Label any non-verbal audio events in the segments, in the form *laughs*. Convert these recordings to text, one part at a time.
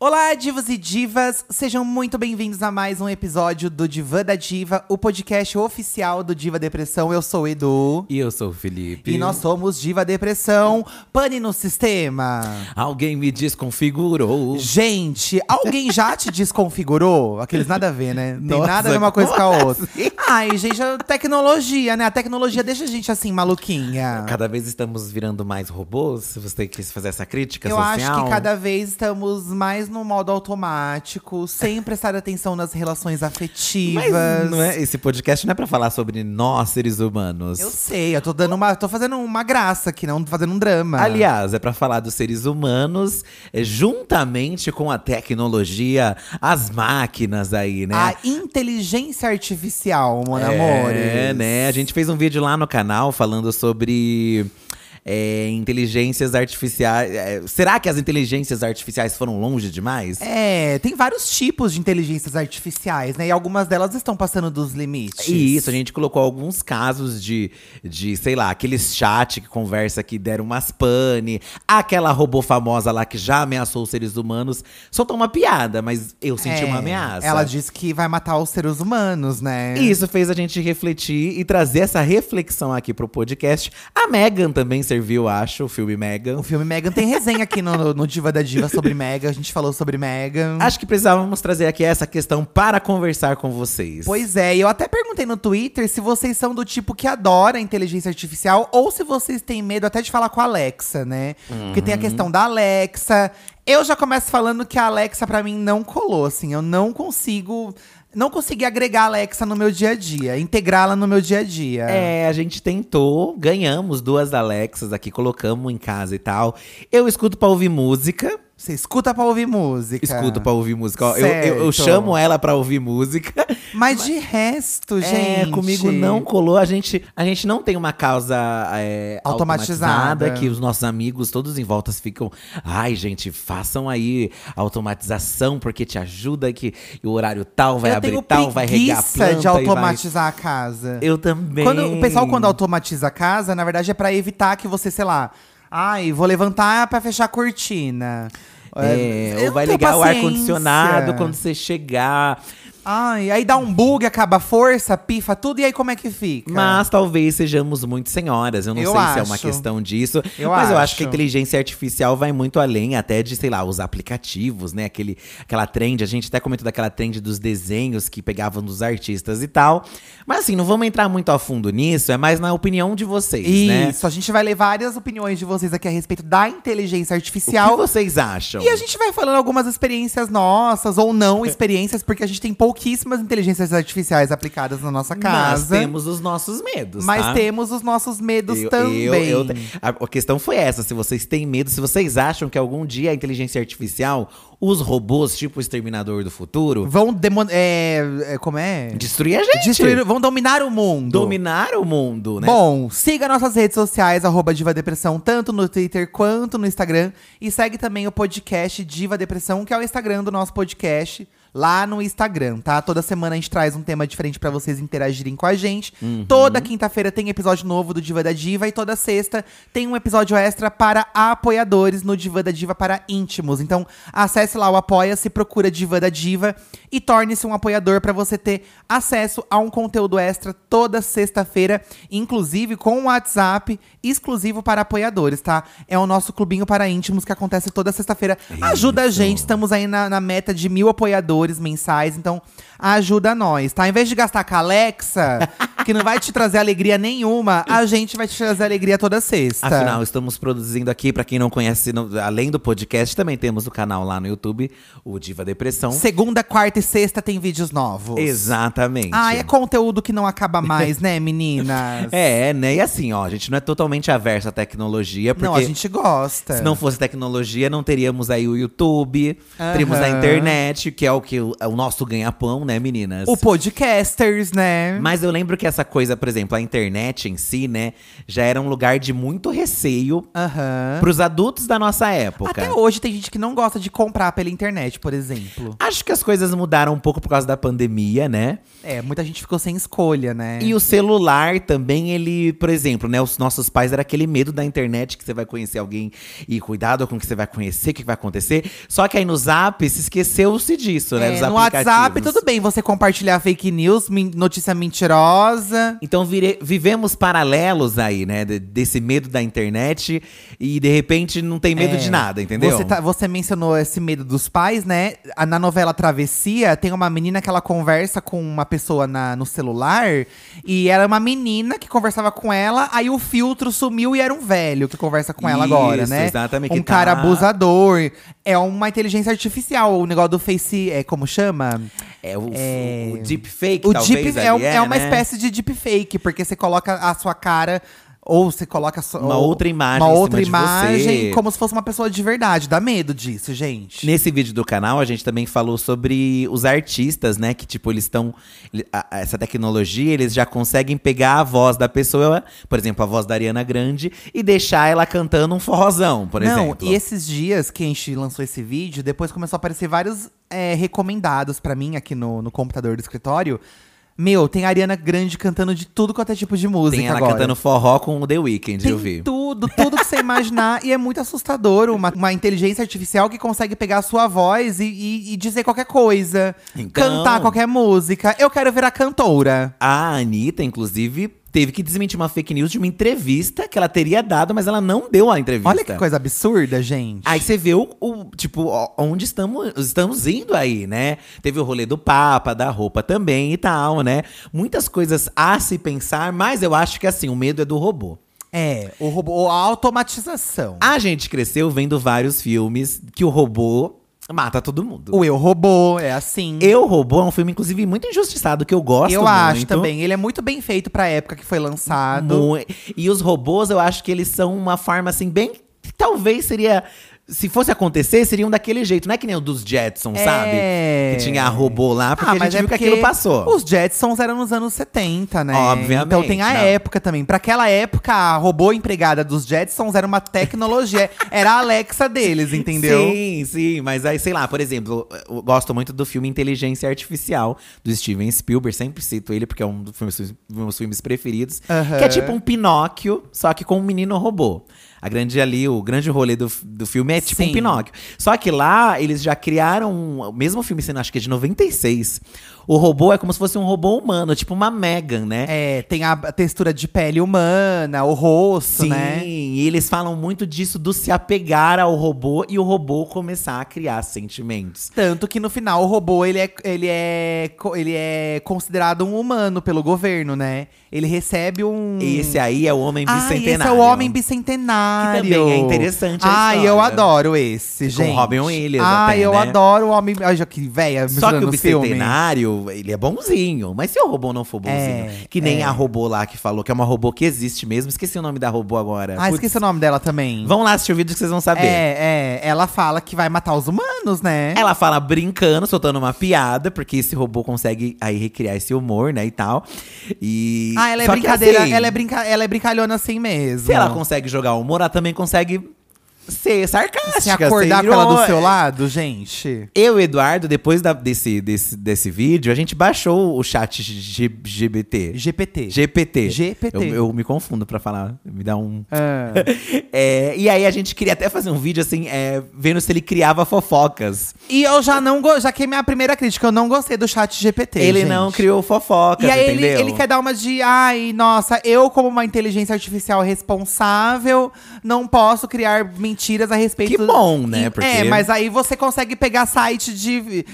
Olá, divos e divas! Sejam muito bem-vindos a mais um episódio do Divã da Diva, o podcast oficial do Diva Depressão. Eu sou o Edu. E eu sou o Felipe. E nós somos Diva Depressão, pane no sistema. Alguém me desconfigurou. Gente, alguém já *laughs* te desconfigurou? Aqueles nada a ver, né? Tem Nossa, nada a ver uma coisa com a como assim? outra. Ai, gente, a tecnologia, né? A tecnologia deixa a gente assim, maluquinha. Cada vez estamos virando mais robôs. Se você quis fazer essa crítica Eu social. acho que cada vez estamos mais no modo automático, sem prestar atenção nas relações afetivas. Mas não é, esse podcast não é pra falar sobre nós, seres humanos. Eu sei, eu tô dando uma. tô fazendo uma graça aqui, não tô fazendo um drama. Aliás, é pra falar dos seres humanos eh, juntamente com a tecnologia, as máquinas aí, né? A inteligência artificial, mon amor. É, né? A gente fez um vídeo lá no canal falando sobre. é, inteligências artificiais. é, será que as inteligências artificiais foram longe demais? É, tem vários tipos de inteligências artificiais, né? E algumas delas estão passando dos limites. E É isso, a gente colocou alguns casos de, de, sei lá, aqueles chat que conversa que deram umas pane, aquela robô famosa lá que já ameaçou os seres humanos. Soltou uma piada, mas eu senti É, uma ameaça. Ela disse que vai matar os seres humanos, né? E isso fez a gente refletir e trazer essa reflexão aqui pro podcast. A Megan também serviu, acho, o filme Megan. O filme Megan tem resenha aqui no, no Diva da Diva sobre Megan. A gente falou sobre Megan. Acho que precisávamos trazer aqui essa questão para conversar com vocês. Pois é, e eu até perguntei no Twitter se vocês são do tipo que adora a inteligência artificial ou se vocês têm medo até de falar com a Alexa, né? Porque tem a Uhum. questão da Alexa. Eu já começo falando que a Alexa pra mim não colou, assim, eu não consigo não consegui agregar a Alexa no meu dia a dia, integrá-la no meu dia a dia. É, a gente tentou, ganhamos duas Alexas aqui, colocamos em casa e tal. Eu escuto pra ouvir música. Você escuta pra ouvir música. Escuto pra ouvir música. ó, Eu, eu- eu Tá. Certo. chamo ela pra *laughs* ouvir música. Mas, de resto, gente. É, comigo não colou. A gente, a gente não tem uma causa é, Automatizada. automatizada. que os nossos amigos todos em voltas ficam. Ai, gente, façam aí a automatização, porque te ajuda que o horário tal vai eu abrir tenho tal, vai regar a preguiça planta. de e vai- automatizar a casa. Eu também. Quando, o pessoal, quando automatiza a casa, na verdade é pra evitar que você, sei lá. Ai, vou levantar pra fechar a cortina. É, eu ou não vai tenho ligar o paciência. ar-condicionado quando você chegar. Ai, aí dá um bug, acaba a força, pifa tudo, e aí como é que fica? Mas talvez sejamos muito senhoras. Eu não Eu sei se é uma acho. questão disso. Eu mas eu acho. acho que a inteligência artificial vai muito além até de, sei lá, os aplicativos, né? Aquele, aquela trend. A gente até comentou daquela trend dos desenhos que pegavam dos artistas e tal. Mas assim, não vamos entrar muito a fundo nisso. É mais na opinião de vocês, né? Isso, a gente vai ler várias opiniões de vocês aqui a respeito da inteligência O que artificial. vocês acham? E a gente vai falando algumas experiências nossas, ou É. não experiências, porque a gente tem pouquíssimas inteligências artificiais aplicadas na nossa Mas tá casa. temos os nossos medos, Mas tá? temos os nossos medos Eu- eu- também. eu te- a, a questão foi essa: se vocês têm medo, se vocês acham que algum dia a inteligência artificial, os robôs, tipo o Exterminador do Futuro, Vão demon… É, é, como é? destruir a gente. Destruir, vão dominar o mundo. Dominar o mundo, né? Bom, siga nossas redes sociais, arroba Diva Depressão, tanto no Twitter quanto no Instagram. E segue também o podcast Diva Depressão, que é o Instagram do nosso podcast. Lá no Instagram, tá? Toda semana a gente traz um tema diferente pra vocês interagirem com a gente. Uhum. Toda quinta-feira tem episódio novo do Diva da Diva e toda sexta tem um episódio extra para apoiadores no Diva da Diva para íntimos. Então, acesse lá o Apoia-se, procura Diva da Diva e torne-se um apoiador para você ter acesso a um conteúdo extra toda sexta-feira, inclusive com um WhatsApp exclusivo para apoiadores, tá? É o nosso clubinho para íntimos que acontece toda sexta-feira. Ajuda a gente, estamos aí na, na meta de mil apoiadores mensais, então ajuda nós, tá? Em vez de gastar com a Alexa, que não vai te trazer alegria nenhuma, a gente vai te trazer alegria toda sexta. Afinal, então- estamos produzindo aqui, pra quem não conhece, no- além do podcast, também temos o canal lá no YouTube, o Diva Depressão. Segunda, quarta e sexta tem vídeos novos. Exatamente. Ah, é conteúdo que não acaba mais, né, meninas? *laughs* É, né? E assim, ó, a gente não é totalmente averso à tecnologia, porque Não, a gente gosta. Se não fosse tecnologia, não teríamos aí o YouTube, Aham. teríamos a internet, que é o que o- é o nosso ganha-pão, né, meninas? O podcasters, né? Mas eu lembro que essa coisa, por exemplo, a internet em si, né, já era um lugar de muito receio Aham. pros adultos da nossa época. Até hoje tem gente que não gosta de comprar pela internet, por exemplo. Acho que as coisas mudaram um pouco por causa da pandemia, né? É, muita gente ficou sem escolha, né? E o celular também, ele, por exemplo, né? Os nossos pais era aquele medo da internet que você vai conhecer alguém e cuidado com o que você vai conhecer, o que vai acontecer. Só que aí no zap se esqueceu-se disso, né? É, dos no aplicativos. WhatsApp, tudo bem você compartilhar fake news, men- notícia mentirosa. Então vire- vivemos paralelos aí, né? de- desse medo da internet e de repente não tem medo É. de nada, entendeu? Você, tá- você mencionou esse medo dos pais, né? A- Na novela Travessia, tem uma menina que ela conversa com uma pessoa na- no celular. E era uma menina que conversava com ela, aí o filtro sumiu e era um velho que conversa com ela agora, Isso, né? exatamente, Um que tá- cara abusador. É uma inteligência artificial, o negócio do Face… É, como chama? É o, É. o deepfake, O talvez, deep ali é, um- é uma né? espécie de deepfake, porque você coloca a sua cara. Ou você coloca a sua- Uma ou- outra imagem Uma em outra cima de imagem, você. como se fosse uma pessoa de verdade. Dá medo disso, gente. Nesse vídeo do canal, a gente também falou sobre os artistas, né? Que, tipo, eles estão. ele- a- a- Essa tecnologia, eles já conseguem pegar a voz da pessoa, por exemplo, a voz da Ariana Grande, e deixar ela cantando um forrozão, por Não, exemplo. e esses dias que a gente lançou esse vídeo, depois começou a aparecer vários é, recomendados pra mim aqui no, no computador do escritório. Meu, tem a Ariana Grande cantando de tudo quanto é tipo de música. Tem ela agora. cantando forró com o The Weeknd, eu vi. Tem tudo, tudo que você imaginar. e é muito assustador uma, uma inteligência artificial que consegue pegar a sua voz e, e- e dizer qualquer coisa. Então. Cantar qualquer música. Eu quero virar cantora. A Anitta, inclusive, teve que desmentir uma fake news de uma entrevista que ela teria dado, mas ela não deu a entrevista. Olha que coisa absurda, gente. Aí você vê o, o- tipo, ó, onde estamos, estamos indo aí, né? Teve o rolê do Papa, da roupa também e tal, né? Muitas coisas a se pensar, mas eu acho que assim, o medo é do robô. É, o robô, a automatização. A gente cresceu vendo vários filmes que o robô mata todo mundo. O eu robô é assim. Eu Robô é um filme, inclusive, muito injustiçado, que eu gosto Eu muito. acho também. Ele é muito bem feito pra época que foi lançado. Mu- E os robôs, eu acho que eles são uma forma assim, bem. que Talvez seria. Se fosse acontecer, seriam daquele jeito. Não é que nem o dos Jetson, É. Ah, sabe? Que tinha a robô lá, porque a gente viu que porque aquilo passou. Os Jetsons eram nos anos 70, né? Obviamente, Então tem a não. época também. Pra aquela época, a robô empregada dos Jetsons era uma *laughs* tecnologia. era a Alexa deles, entendeu? Sim, sim. Mas aí, sei lá, por exemplo, eu eu gosto muito do filme Inteligência Artificial, do Steven Spielberg. Sempre cito ele, porque é um dos filmes- meus filmes preferidos. Aham. Que é tipo um Pinóquio, só que com um menino robô. A grande ali, o grande rolê do, do filme é tipo Sim. um Pinóquio. Só que lá, eles já criaram, um, mesmo o filme sendo, acho que é de 96, o robô é como se fosse um robô humano, tipo uma Megan, né? É, tem a textura de pele humana, o rosto, Sim, né? e eles falam muito disso do se apegar ao robô e o robô começar a criar sentimentos. Tanto que no final o robô ele é, ele é, co- ele é considerado um humano pelo governo, né? Ele recebe um. Esse aí é o Homem Ah, Bicentenário. esse é o Homem Que Bicentenário. também é interessante a Ai, história. eu adoro esse, gente. Robin Williams Ai, até, eu né? adoro o Homem… Ai, já que véia, Só que misturando o filme. Bicentenário, ele é bonzinho. Mas se o robô não for bonzinho? É, que nem a robô lá que falou, que é uma robô que existe mesmo. Esqueci o nome da robô agora. Ah, é, Putz, esqueci o nome dela também. Vão lá assistir o vídeo que vocês vão saber. É, é. Ela fala que vai matar os humanos, né? Ela fala brincando, soltando uma piada, porque esse robô consegue aí recriar esse humor, né, e tal. E Ah, ela é só que brincadeira, assim, ela, é brinca, ela é brincalhona assim mesmo. Se ela consegue jogar humor, ela também consegue ser sarcástica, Se acordar ser com ela do irônica. seu lado, gente… Eu, Eduardo, depois da- desse, desse, desse vídeo, a gente baixou o chat G- GBT. GPT. GPT. GPT. Eu, eu me confundo pra falar, me dá um. Ah. É, e aí a gente queria até fazer um vídeo assim, é, vendo se ele criava fofocas. E eu já não… Go... Já queimei a primeira crítica, eu não gostei do chat GPT, ele não gente. criou fofocas, E aí ele, entendeu? ele quer dar uma de, ai, nossa, eu como uma inteligência artificial responsável, não posso criar mentiras a respeito… Que bom, né, E- porque- É, mas aí você consegue pegar site de…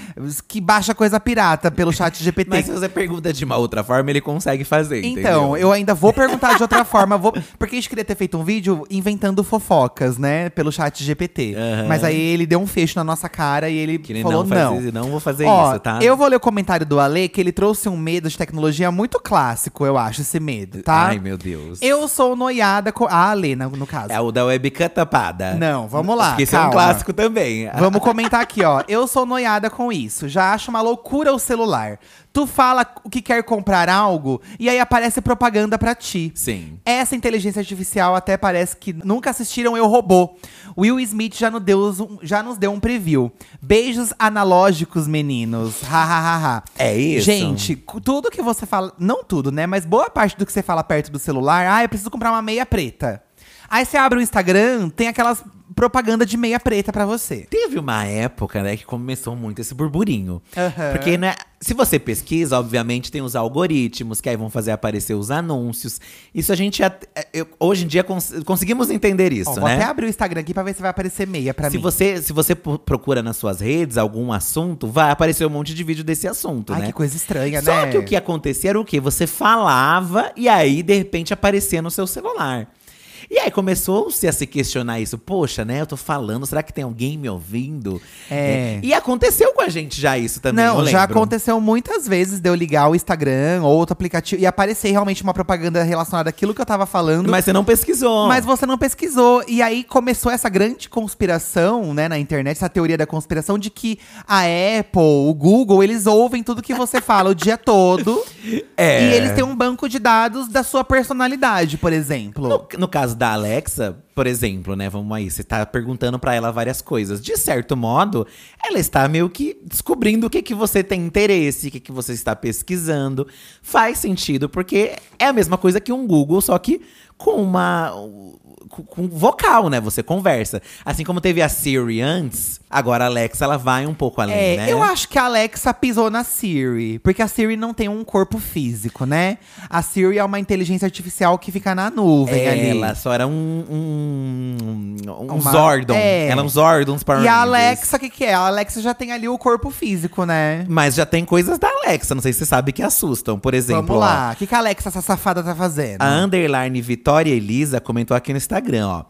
que baixa coisa pirata pelo *laughs* chat GPT. Mas se você pergunta de uma outra forma, ele consegue fazer. Então, entendeu? eu ainda vou perguntar de outra forma. Vou... Porque a gente queria ter feito um vídeo inventando fofocas, né? Pelo chat GPT. Aham. Mas aí ele deu um fecho na nossa cara e ele, Que ele falou não faz não. isso, não vou fazer Ó, isso, tá? Eu vou ler o comentário do Ale, que ele trouxe um medo de tecnologia muito clássico, eu acho, esse medo, tá? Ai, meu Deus. Eu sou noiada com. A Ale, no, no caso. É o da webcam tapada. Noia. Não, vamos lá, Porque esse é um calma. clássico também. Vamos comentar aqui, ó. Eu sou noiada com isso. Já acho uma loucura o celular. Tu fala o que quer comprar algo e aí aparece propaganda pra ti. Sim. Essa inteligência artificial até parece que nunca assistiram Eu Robô. Will Smith já nos deu, um- já nos deu um preview. Beijos analógicos, meninos. Ha, ha, ha, ha. É isso. Gente, cu- tudo que você fala. Não tudo, né? Mas boa parte do que você fala perto do celular. Ah, eu preciso comprar uma meia preta. Aí você abre o Instagram, tem aquelas propaganda de meia preta pra você. Teve uma época, né, que começou muito esse burburinho. Aham. Porque, né, se você pesquisa, obviamente tem os algoritmos que aí vão fazer aparecer os anúncios. Isso a gente, at- é, eu- hoje em dia, cons- conseguimos entender isso, Ó, vou até né? abrir o Instagram aqui pra ver se vai aparecer meia pra Se mim. você, se você pu- procura nas suas redes algum assunto, vai aparecer um monte de vídeo desse assunto, Ai, né? que coisa estranha, Só né? que é o que acontecia era o quê? Você falava e aí, de repente, aparecia no seu celular. E aí começou-se a se questionar isso. Poxa, né? Eu tô falando, será que tem alguém me ouvindo? É. E aconteceu com a gente já isso também, Não, eu já lembro. aconteceu muitas vezes de eu ligar o Instagram ou outro aplicativo e aparecer realmente uma propaganda relacionada àquilo que eu tava falando. Mas você não pesquisou. Mas você não pesquisou. E aí começou essa grande conspiração, né, na internet, essa teoria da conspiração de que a Apple, o Google, eles ouvem tudo que você fala o dia todo. *laughs* É. E eles têm um banco de dados da sua personalidade, por exemplo. No, no caso da Alexa, por exemplo, né? Vamos aí, você tá perguntando pra ela várias coisas. De certo modo, ela está meio que descobrindo o que, que você tem interesse, o que, que você está pesquisando. Faz sentido, porque é a mesma coisa que um Google, só que com uma. com- Com vocal, né? Você conversa. Assim como teve a Siri antes, agora a Alexa ela vai um pouco além, É, né? eu acho que a Alexa pisou na Siri, porque a Siri não tem um corpo físico, né? A Siri é uma inteligência artificial que fica na nuvem ali. ela só era um. um, um, um é. Uma- Zordon. É. Ela é um Zordon dos Power E a Rangers. Alexa, o que, que é? A Alexa já tem ali o corpo físico, né? Mas já tem coisas da Alexa, não sei se você sabe, que assustam. Por exemplo, Ah. Vamos ó, lá. O que, que a Alexa, essa safada, tá fazendo? a underline Vitória Elisa comentou aqui no Instagram, ó.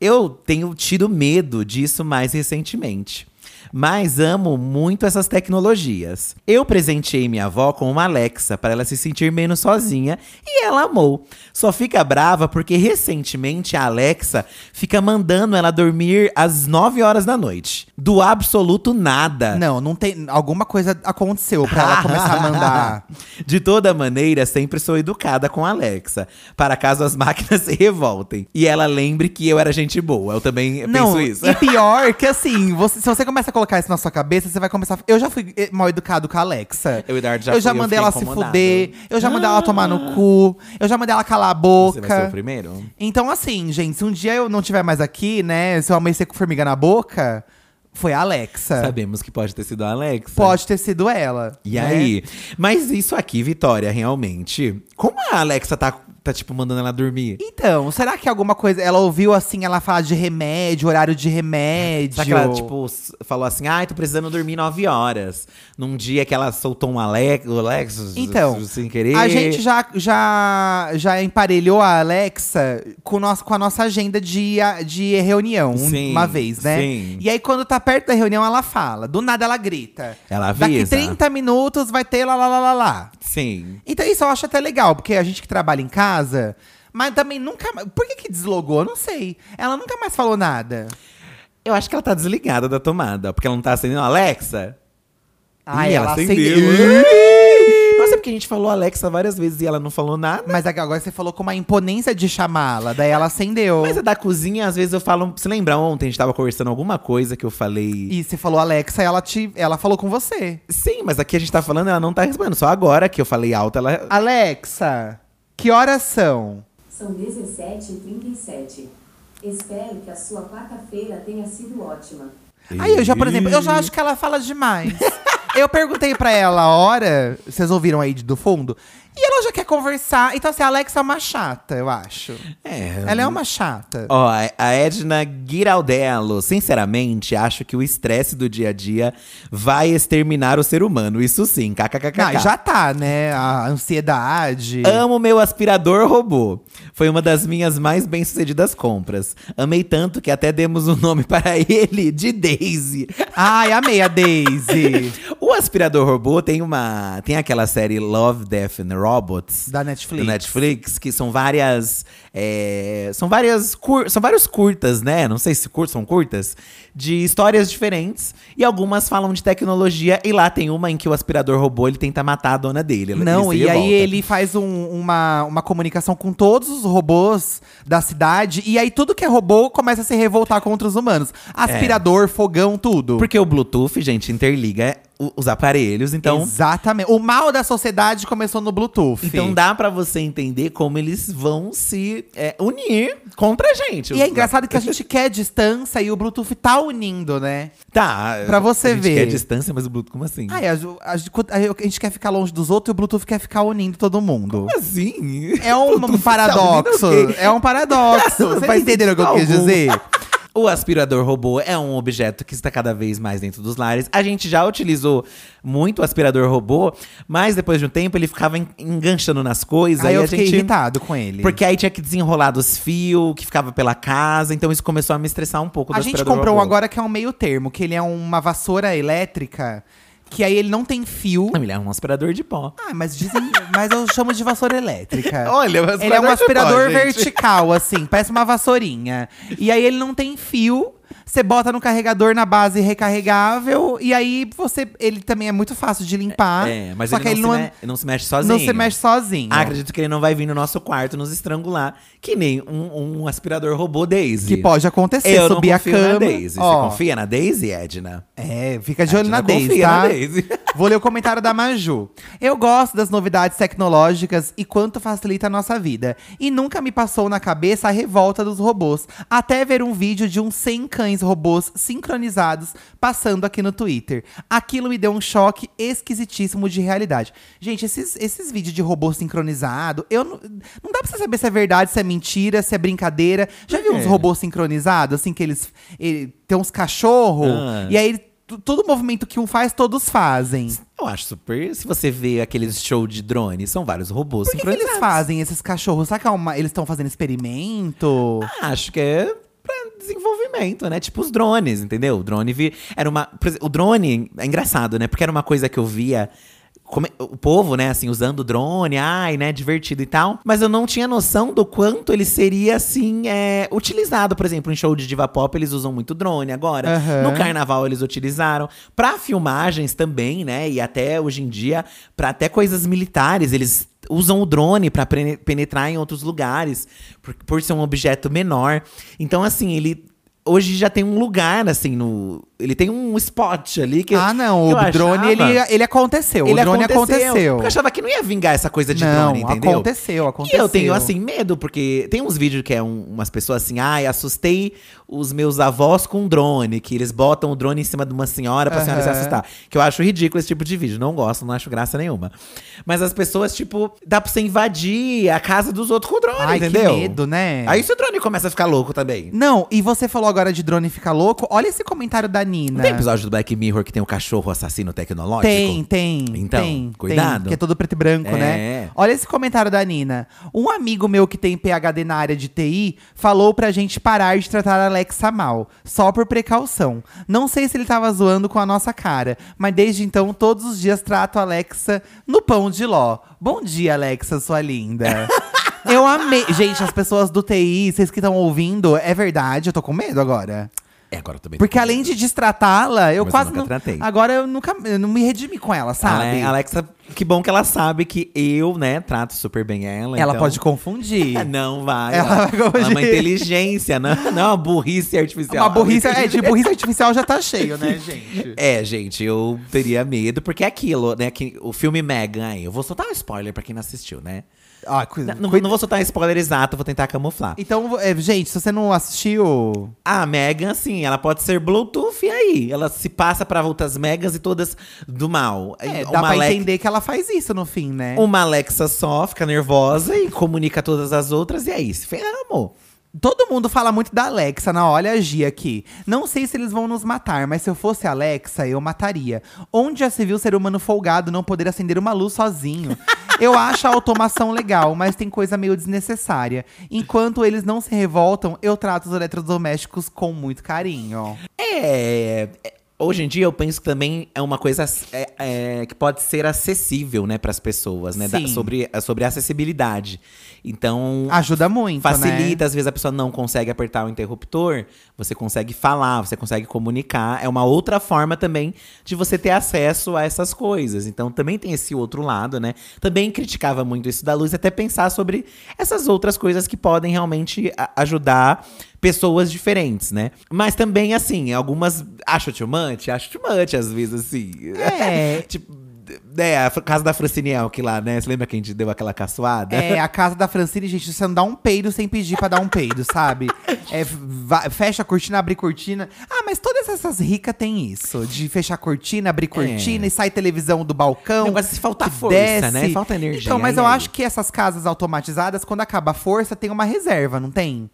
Eu tenho tido medo disso mais recentemente. Mas amo muito essas tecnologias. Eu presenteei minha avó com uma Alexa para ela se sentir menos sozinha e ela amou. Só fica brava porque recentemente a Alexa fica mandando ela dormir às 9 horas da noite. Do absoluto nada. Não, não tem. Alguma coisa aconteceu pra ela começar *laughs* a mandar. De toda maneira, sempre sou educada com a Alexa, para caso as máquinas se revoltem. E ela lembre que eu era gente boa. Eu também Não, penso isso. e pior que assim, você- se você começa a colocar isso na sua cabeça, você vai começar. a- Eu já fui eh, mal educado com a Alexa. Eu e o Eduardo já eu já fui, eu mandei fiquei ela se incomodado. fuder, eu já mandei ela tomar no cu, eu já mandei ela calar a boca. Você vai ser o primeiro? Então, assim, gente, se um dia eu não estiver mais aqui, né? Se eu amanhecer com formiga na boca, foi a Alexa. Sabemos que pode ter sido a Alexa. É. Pode ter sido ela. E né? aí? Mas isso aqui, Vitória, realmente. Como a Alexa tá, tá tipo, mandando ela dormir? Então, será que alguma coisa. Ela ouviu assim, ela falar de remédio, horário de remédio? Será que ela, tipo, s- falou assim, ai, tô precisando dormir 9 horas. Num dia que ela soltou um Alex, Alex Então, sem querer. A gente já, já, já emparelhou a Alexa com, o nosso, com a nossa agenda de, a- de reunião um- Sim, uma vez, né? sim. E aí, quando tá perto da reunião, ela fala. Do nada ela grita. Ela Daqui É avisa. 30 minutos vai ter lá, lá, lá, lá, lá. Sim. Então isso eu acho até legal, porque a gente que trabalha em casa, mas também nunca. ma- Por que, que deslogou? Eu não sei. Ela nunca mais falou nada. Eu acho que ela tá desligada da tomada, porque ela não tá acendendo. Alexa? Ai, Ih, acendeu. Nossa, é porque a gente falou Alexa várias vezes e ela não falou nada. Mas agora você falou com uma imponência de chamá-la, daí ela acendeu. Mas é da cozinha, às vezes eu falo. Se lembra ontem, a gente tava conversando alguma coisa que eu falei. E você falou Alexa, ela te, ela falou com você. Sim, mas aqui a gente tá falando, ela não tá respondendo. Só agora que eu falei alto, ela. Alexa, que horas são? São 17h37. Espero que a sua quarta-feira tenha sido ótima. Aí eu já, por exemplo, eu já acho que ela fala demais. *laughs* eu perguntei pra ela a hora, vocês ouviram aí de- do fundo? E ela já quer conversar. Então, assim, a Alexa é uma chata, eu acho. É. Ela é uma chata. Ó, a Edna Giraldello, sinceramente, acho que o estresse do dia a dia vai exterminar o ser humano. Isso sim, kkkk. Não, já tá, né? A ansiedade. Amo meu aspirador robô. Foi uma das minhas mais bem-sucedidas compras. Amei tanto que *laughs* até demos um nome para ele de Daisy. Ai, amei a Daisy. O aspirador robô tem uma. Tem aquela série Love, Death and Robots. Da Netflix. Do Netflix, que são várias. é, são várias. cur- são vários curtas, né? Não sei se cur- são curtas. De histórias diferentes. E algumas falam de tecnologia. E lá tem uma em que o aspirador robô ele tenta matar a dona dele. Ele é Não, se e aí revolta. ele faz um- uma, uma comunicação com todos os robôs da cidade. E aí tudo que é robô começa a se revoltar contra os humanos. Aspirador, fogão, tudo. É. Porque o Bluetooth, gente, interliga o- os aparelhos. Então. Exatamente. O mal da sociedade começou no Bluetooth. Então dá pra você entender como eles vão se é, unir contra a gente. E é engraçado que a gente quer distância e o Bluetooth tá unindo, né? Tá. Pra você a gente ver. Quer distância, mas o Bluetooth, como assim? Ai, a, ju- a ju- a gente quer ficar longe dos outros e o Bluetooth quer ficar unindo todo mundo. assim? É um paradoxo. É um *laughs* paradoxo. Você tá entendendo o que eu quis Algum. dizer? *laughs* O aspirador robô é um objeto que está cada vez mais dentro dos lares. A gente já utilizou muito o aspirador robô, mas depois de um tempo ele ficava en- enganchando nas coisas. Aí aí eu a fiquei gente irritado com ele. Porque aí tinha que desenrolar dos fios, que ficava pela casa. Então isso começou a me estressar um pouco do A gente aspirador comprou um robô. agora que é um meio termo, que ele é uma vassoura elétrica, que aí ele não tem fio. Não, ele é um aspirador de pó. Ah, mas *laughs* dizem. mas eu chamo de vassoura elétrica. Olha, ele é um aspirador vertical, assim, parece uma vassourinha. E aí ele não tem fio. Você bota no carregador na base recarregável e aí você. Ele também é muito fácil de limpar. É, mas só ele, que não, se é- me- não se mexe não sozinho. se mexe sozinho. Ah, acredito que ele não vai vir no nosso quarto nos estrangular, que nem um, um aspirador robô Daisy. que pode acontecer, Eu não subir a confio cama. na Daisy. Ó, Você confia na Daisy, Edna? É, fica de olho Edna na Daisy, confia tá? na Daisy. *laughs* Vou ler o comentário da Maju. Eu gosto das novidades tecnológicas e quanto facilita a nossa vida. E nunca me passou na cabeça a revolta dos robôs. Até ver um vídeo de uns 100 cães robôs sincronizados passando aqui no Twitter. Aquilo me deu um choque esquisitíssimo de realidade. Gente, esses, esses vídeos de robô sincronizado, eu não, não dá pra você saber se é verdade, se é mentira, se é brincadeira. Já viu uns quê? robôs sincronizados, assim, que eles. ele- tem uns cachorros, Ah. Tipo, e aí ele- t- todo movimento que um faz, todos fazem. Eu acho super. Se você vê aqueles show de drone, são vários robôs Por que, que eles fazem esses cachorros? Será que é uma- eles estão fazendo experimento? Acho que é pra desenvolvimento, né? Tipo os drones, entendeu? O drone vi era uma, por exemplo, o drone é engraçado, né? Porque era uma coisa que eu via como- o povo, né, assim, usando o drone, ai, né, divertido e tal. Mas eu não tinha noção do quanto ele seria, assim, é, utilizado. Por exemplo, em show de diva pop, eles usam muito drone agora. Aham. No carnaval, eles utilizaram. Pra filmagens também, né, e até hoje em dia, pra até coisas militares, eles usam o drone pra prene- penetrar em outros lugares, por, por ser um objeto menor. Então, assim, ele… Hoje já tem um lugar, assim, no… Ele tem um spot ali que ah, não. eu O drone, ele, achava- ele aconteceu. ele o drone aconteceu. Porque Eu achava que não ia vingar essa coisa de não, drone, entendeu? aconteceu, E aconteceu. eu tenho, assim, medo, porque tem uns vídeos que é um- umas pessoas assim, ai, assustei os meus avós com um drone, que eles botam o drone em cima de uma senhora pra senhora se Aham. assustar. Que eu acho ridículo esse tipo de vídeo. Não gosto, não acho graça nenhuma. Mas as pessoas, tipo, dá pra você invadir a casa dos outros com o drone, Ai, entendeu? que medo, né? Aí se o drone começa a ficar louco também. Não, e você falou agora de drone ficar louco. Olha esse comentário da Nina. Não tem episódio do Black Mirror que tem o cachorro assassino tecnológico? Tem, tem. Então, tem, cuidado. Tem, que é todo preto e branco, É. né? Olha esse comentário da Nina. Um amigo meu que tem PhD na área de TI falou pra gente parar de tratar a Alexa mal, só por precaução. Não sei se ele tava zoando com a nossa cara, mas desde então todos os dias trato a Alexa no pão de ló. Bom dia, Alexa, sua *laughs* linda. Eu amei. Gente, as pessoas do TI, vocês que estão ouvindo, é verdade, eu tô com medo agora. É, agora eu também. tô Porque com além medo. de destratá-la, eu Mas eu quase nunca não. tratei. Agora eu nunca. Eu não me redimi com ela, é sabe? Ale- é Alexa, que bom que ela sabe que eu, né, trato super bem ela. Ela então- pode confundir. *laughs* Ah, Não vai. Ela vai é uma corrigir. inteligência, não, não é uma burrice artificial. Uma burrice. É, de burrice artificial já tá cheio, *laughs* né, gente? É, gente, eu teria medo, porque é aquilo, né? Que o filme Megan aí. Eu vou soltar um spoiler pra quem não assistiu, né? Ó, cu- Não, não vou soltar um spoiler exato, vou tentar camuflar. Então, é, gente, se você não assistiu. A Megan, assim, ela pode ser Bluetooth e aí. Ela se passa pra outras Megas e todas do mal. é, Uma dá pra Alexa- entender que ela faz isso no fim, né? Uma Alexa só fica nervosa e comunica todas as outras, e é isso. Ferramos. Todo mundo fala muito da Alexa na Olha a Gia aqui. Não sei se eles vão nos matar, mas se eu fosse a Alexa, eu mataria. Onde já se viu ser humano folgado não poder acender uma luz sozinho? Eu acho a automação legal, mas tem coisa meio desnecessária. Enquanto eles não se revoltam, eu trato os eletrodomésticos com muito carinho. É. é, Hoje em dia, eu penso que também é uma coisa é, é, que pode ser acessível, né, para as pessoas, né? da- Sim. sobre, sobre acessibilidade. Então, Ajuda muito, facilita, né? às vezes a pessoa não consegue apertar o interruptor, você consegue falar, você consegue comunicar. É uma outra forma também de você ter acesso a essas coisas. Então também tem esse outro lado, né? Também criticava muito isso da luz, até pensar sobre essas outras coisas que podem realmente a- ajudar pessoas diferentes, né? Mas também, assim, algumas. Acho too much? Acho too much, às vezes, assim. É. tipo. É, a casa da Francine Elk lá, né? Você lembra que a gente deu aquela caçoada? *laughs* É, a casa da Francine, gente, você não dá um peido sem pedir pra dar um peido, sabe? É, va- fecha a cortina, abre cortina. Ah, mas todas essas ricas têm isso. De fechar a cortina, abrir cortina e sai televisão do balcão. É. Negócio de faltar Então, que força, desce. né? Falta energia, né, Então, mas e eu aí? acho que essas casas automatizadas, quando acaba a força, tem uma reserva, não tem?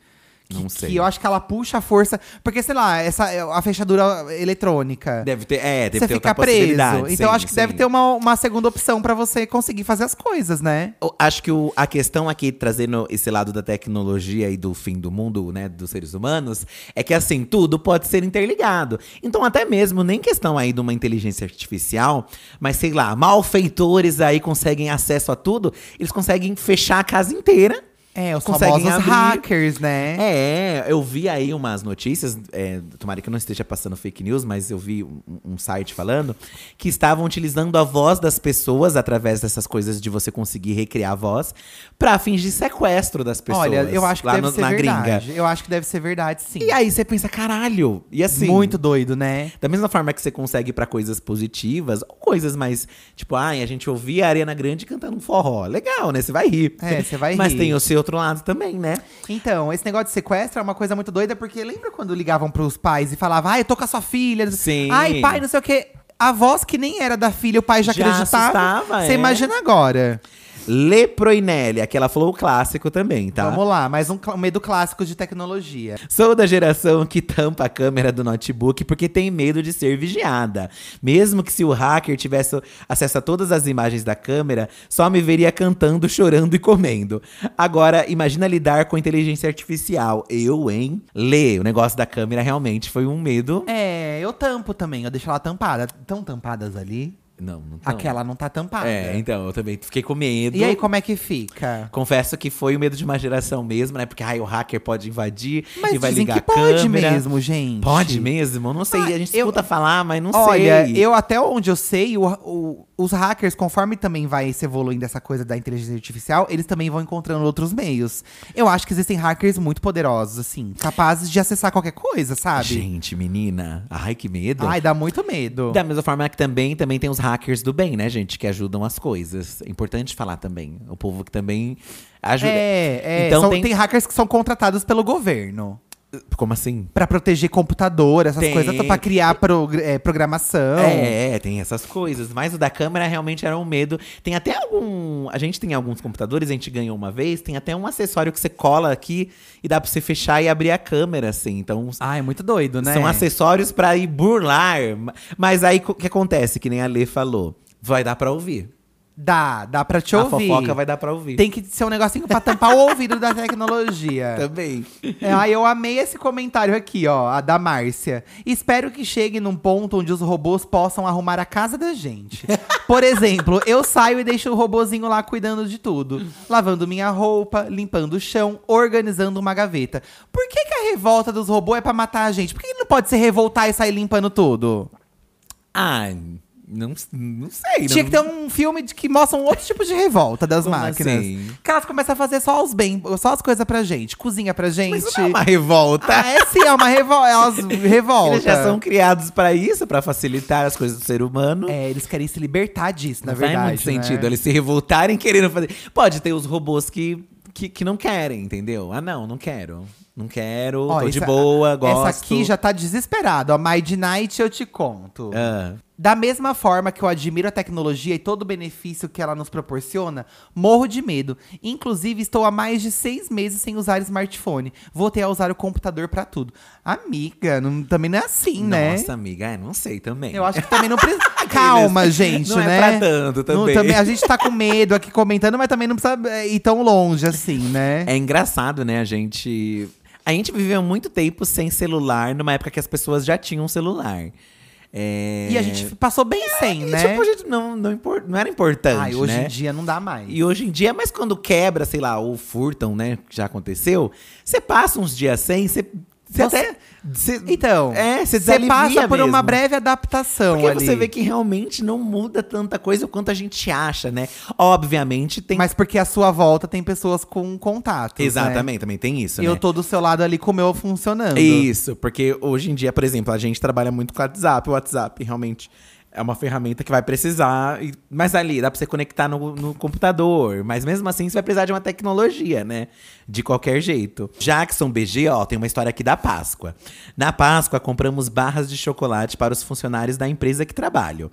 Que, Não sei. Que eu acho que ela puxa a força. Porque, sei lá, essa, a fechadura eletrônica. Deve ter, é, deve você ter fica outra preso. possibilidade. Então, sim, eu acho que sim. deve ter uma, uma segunda opção pra você conseguir fazer as coisas, né? Eu Acho que o- a questão aqui, trazendo esse lado da tecnologia e do fim do mundo, né, dos seres humanos, é que assim, tudo pode ser interligado. Então, até mesmo, nem questão aí de uma inteligência artificial, mas sei lá, malfeitores aí conseguem acesso a tudo, eles conseguem fechar a casa inteira. É, os Conseguem famosos abrir. hackers, né? É, eu vi aí umas notícias, é, tomara que eu não esteja passando fake news, mas eu vi um, um site falando que estavam utilizando a voz das pessoas através dessas coisas de você conseguir recriar a voz pra fingir sequestro das pessoas. Olha, eu acho que lá deve no- ser na verdade. gringa. Eu acho que deve ser verdade, sim. E aí você pensa, caralho. E assim. Muito doido, né? Da mesma forma que você consegue pra coisas positivas, ou coisas mais, tipo, ai, a gente ouvia a Ariana Grande cantando um forró. Legal, né? Você vai rir. É, você vai Mas rir. tem esse outro lado também, né? Então, esse negócio de sequestro é uma coisa muito doida, porque lembra quando ligavam pros pais e falavam, ai, eu tô com a sua filha. Sim. Ai, pai, não sei o quê. A voz que nem era da filha, o pai já, Já acreditava. assustava, Você é. imagina agora. Leproinélia, que ela falou o clássico também, tá? Vamos lá, mais um, cl- um medo clássico de tecnologia. Sou da geração que tampa a câmera do notebook porque tem medo de ser vigiada. Mesmo que se o hacker tivesse acesso a todas as imagens da câmera, só me veria cantando, chorando e comendo. Agora, imagina lidar com inteligência artificial. Eu, hein? Lê, o negócio da câmera realmente foi um medo. É, eu tampo também, eu deixo ela tampada. Tão tampadas ali? Não, não tão. Aquela não tá tampada. É, então, eu também fiquei com medo. E aí, como é que fica? Confesso que foi o medo de uma geração mesmo, né? Porque ai, o hacker pode invadir Mas e vai dizem ligar que a pode né? câmera. mesmo, gente. Pode mesmo? Eu Não sei, Ah, a gente eu- escuta falar, mas não Olha, sei. eu até onde eu sei, o- o- os hackers, conforme também vai se evoluindo essa coisa da inteligência artificial, eles também vão encontrando outros meios. Eu acho que existem hackers muito poderosos, assim, capazes de acessar qualquer coisa, sabe? Gente, menina. Ai, que medo. Ai, dá muito medo. Da mesma forma que também, também tem os hackers do bem, né, gente? Que ajudam as coisas. É importante falar também. O povo que também ajuda. É, é. Então são- tem- tem... hackers que são contratados pelo governo. Como assim? Pra proteger computador, essas Tem. coisas, pra criar progr- é, programação. É, é, tem essas coisas. Mas o da câmera realmente era um medo. Tem até algum. A gente tem alguns computadores, a gente ganhou uma vez, tem até um acessório que você cola aqui e dá pra você fechar e abrir a câmera, assim. Então, Ai, muito doido, né? São acessórios pra ir burlar. Mas aí o que acontece? Que nem a Lê falou. Vai dar pra ouvir. Dá, dá pra te a ouvir. fofoca vai dar pra ouvir. Tem que ser um negocinho pra tampar o ouvido da Tá tecnologia. também. É, aí eu amei esse comentário aqui, ó, a da Márcia. Espero que chegue num ponto onde os robôs possam arrumar a casa da gente. Por exemplo, eu saio e deixo o robozinho lá cuidando de tudo. Lavando minha roupa, limpando o chão, organizando uma gaveta. Por que, que a revolta dos robôs é pra matar a gente? Por que, que não pode se revoltar e sair limpando tudo? Ah, não, não sei. Tinha É, não- que ter um filme de- que mostra um outro tipo de revolta das Como máquinas. assim? Que elas começam a fazer só os bem, só as coisas pra gente. Cozinha pra gente. Mas isso não é uma revolta. Ah, é sim, é uma revolta. Elas revoltam. *laughs* Eles já são criados pra isso, pra facilitar as coisas do ser humano. É, eles querem se libertar disso, na não verdade. faz muito né? sentido eles se revoltarem querendo fazer. Pode ter os robôs que, que, que não querem, entendeu? Ah, não, não quero. Não quero, Ó, tô é de essa- boa, gosto. Essa aqui já tá desesperada, ó. My de Night eu te conto. Ah, Da mesma forma que eu admiro a tecnologia e todo o benefício que ela nos proporciona, morro de medo. Inclusive, estou há mais de seis meses sem usar smartphone. Voltei a usar o computador pra tudo. Amiga, não- também não é assim, né? Nossa, amiga, é, não sei também. Eu acho que também não *laughs* precisa. Calma, gente, Não é né? pra tanto também. a gente tá com medo aqui comentando, mas também não precisa é, ir tão longe assim, né? É engraçado, né? A gente. A gente viveu muito tempo sem celular, numa época que as pessoas já tinham celular. É, E a gente passou bem sem, e, né? tipo, a gente não, não, impor- não era importante, Ai, hoje né? em dia não dá mais. E hoje em dia, mas quando quebra, sei lá, ou furtam, né? que Já aconteceu, você passa uns dias sem, você, você Nossa. até. Você, Então, é, você você desalivia passa por uma mesmo. breve adaptação Porque ali. você vê que realmente não muda tanta coisa quanto a gente acha, né? Obviamente tem. Mas porque à sua volta tem pessoas com contato. Exatamente, também tem isso, Né? Eu né? tô do seu lado ali com o meu funcionando. Isso, porque hoje em dia, por exemplo, a gente trabalha muito com o WhatsApp. O WhatsApp realmente é uma ferramenta que vai precisar. e- Mas ali, dá pra você conectar no, no computador. Mas mesmo assim, você vai precisar de uma tecnologia, né? De qualquer jeito. Jackson BG, ó, tem uma história aqui da Páscoa. Na Páscoa, compramos barras de chocolate para os funcionários da empresa que trabalho.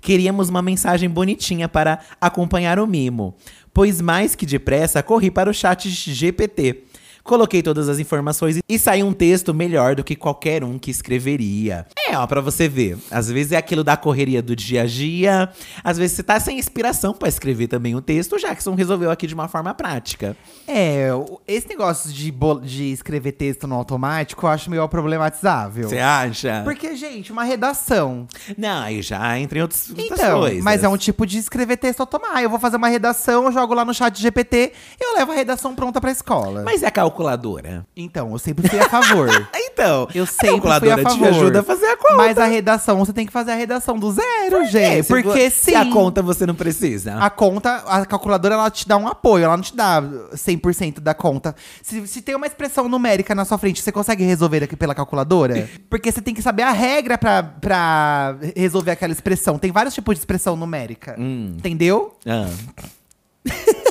Queríamos uma mensagem bonitinha para acompanhar o mimo. Pois mais que depressa, corri para o chat GPT. Coloquei todas as informações e saiu um texto melhor do que qualquer um que escreveria. É, ó, pra você ver. Às vezes é aquilo da correria do dia a dia, às vezes você tá sem inspiração pra escrever também o texto. O Jackson resolveu aqui de uma forma prática. É, o- esse negócio de, bol- de escrever texto no automático eu acho meio problematizável. Você acha? Porque, gente, uma redação. Não, aí já entra em outras, outras Então, coisas. mas é um tipo de escrever texto automático. Ah, Eu vou fazer uma redação, eu jogo lá no chat GPT, eu levo a redação pronta pra escola. Mas é a calculadora. Então, eu sempre fui a *laughs* favor. Então, Eu a sempre fui calculadora a favor. te ajuda a fazer a conta. Mas a redação, você tem que fazer a redação do zero, gente. É, se vo- porque sim. Se a conta você não precisa. A conta, a calculadora, ela te dá um apoio, ela não te dá 100% da conta. Se, se tem uma expressão numérica na sua frente, você consegue resolver aqui pela calculadora? Porque você tem que saber a regra pra, pra resolver aquela expressão. Tem vários tipos de expressão numérica. Entendeu? Ah.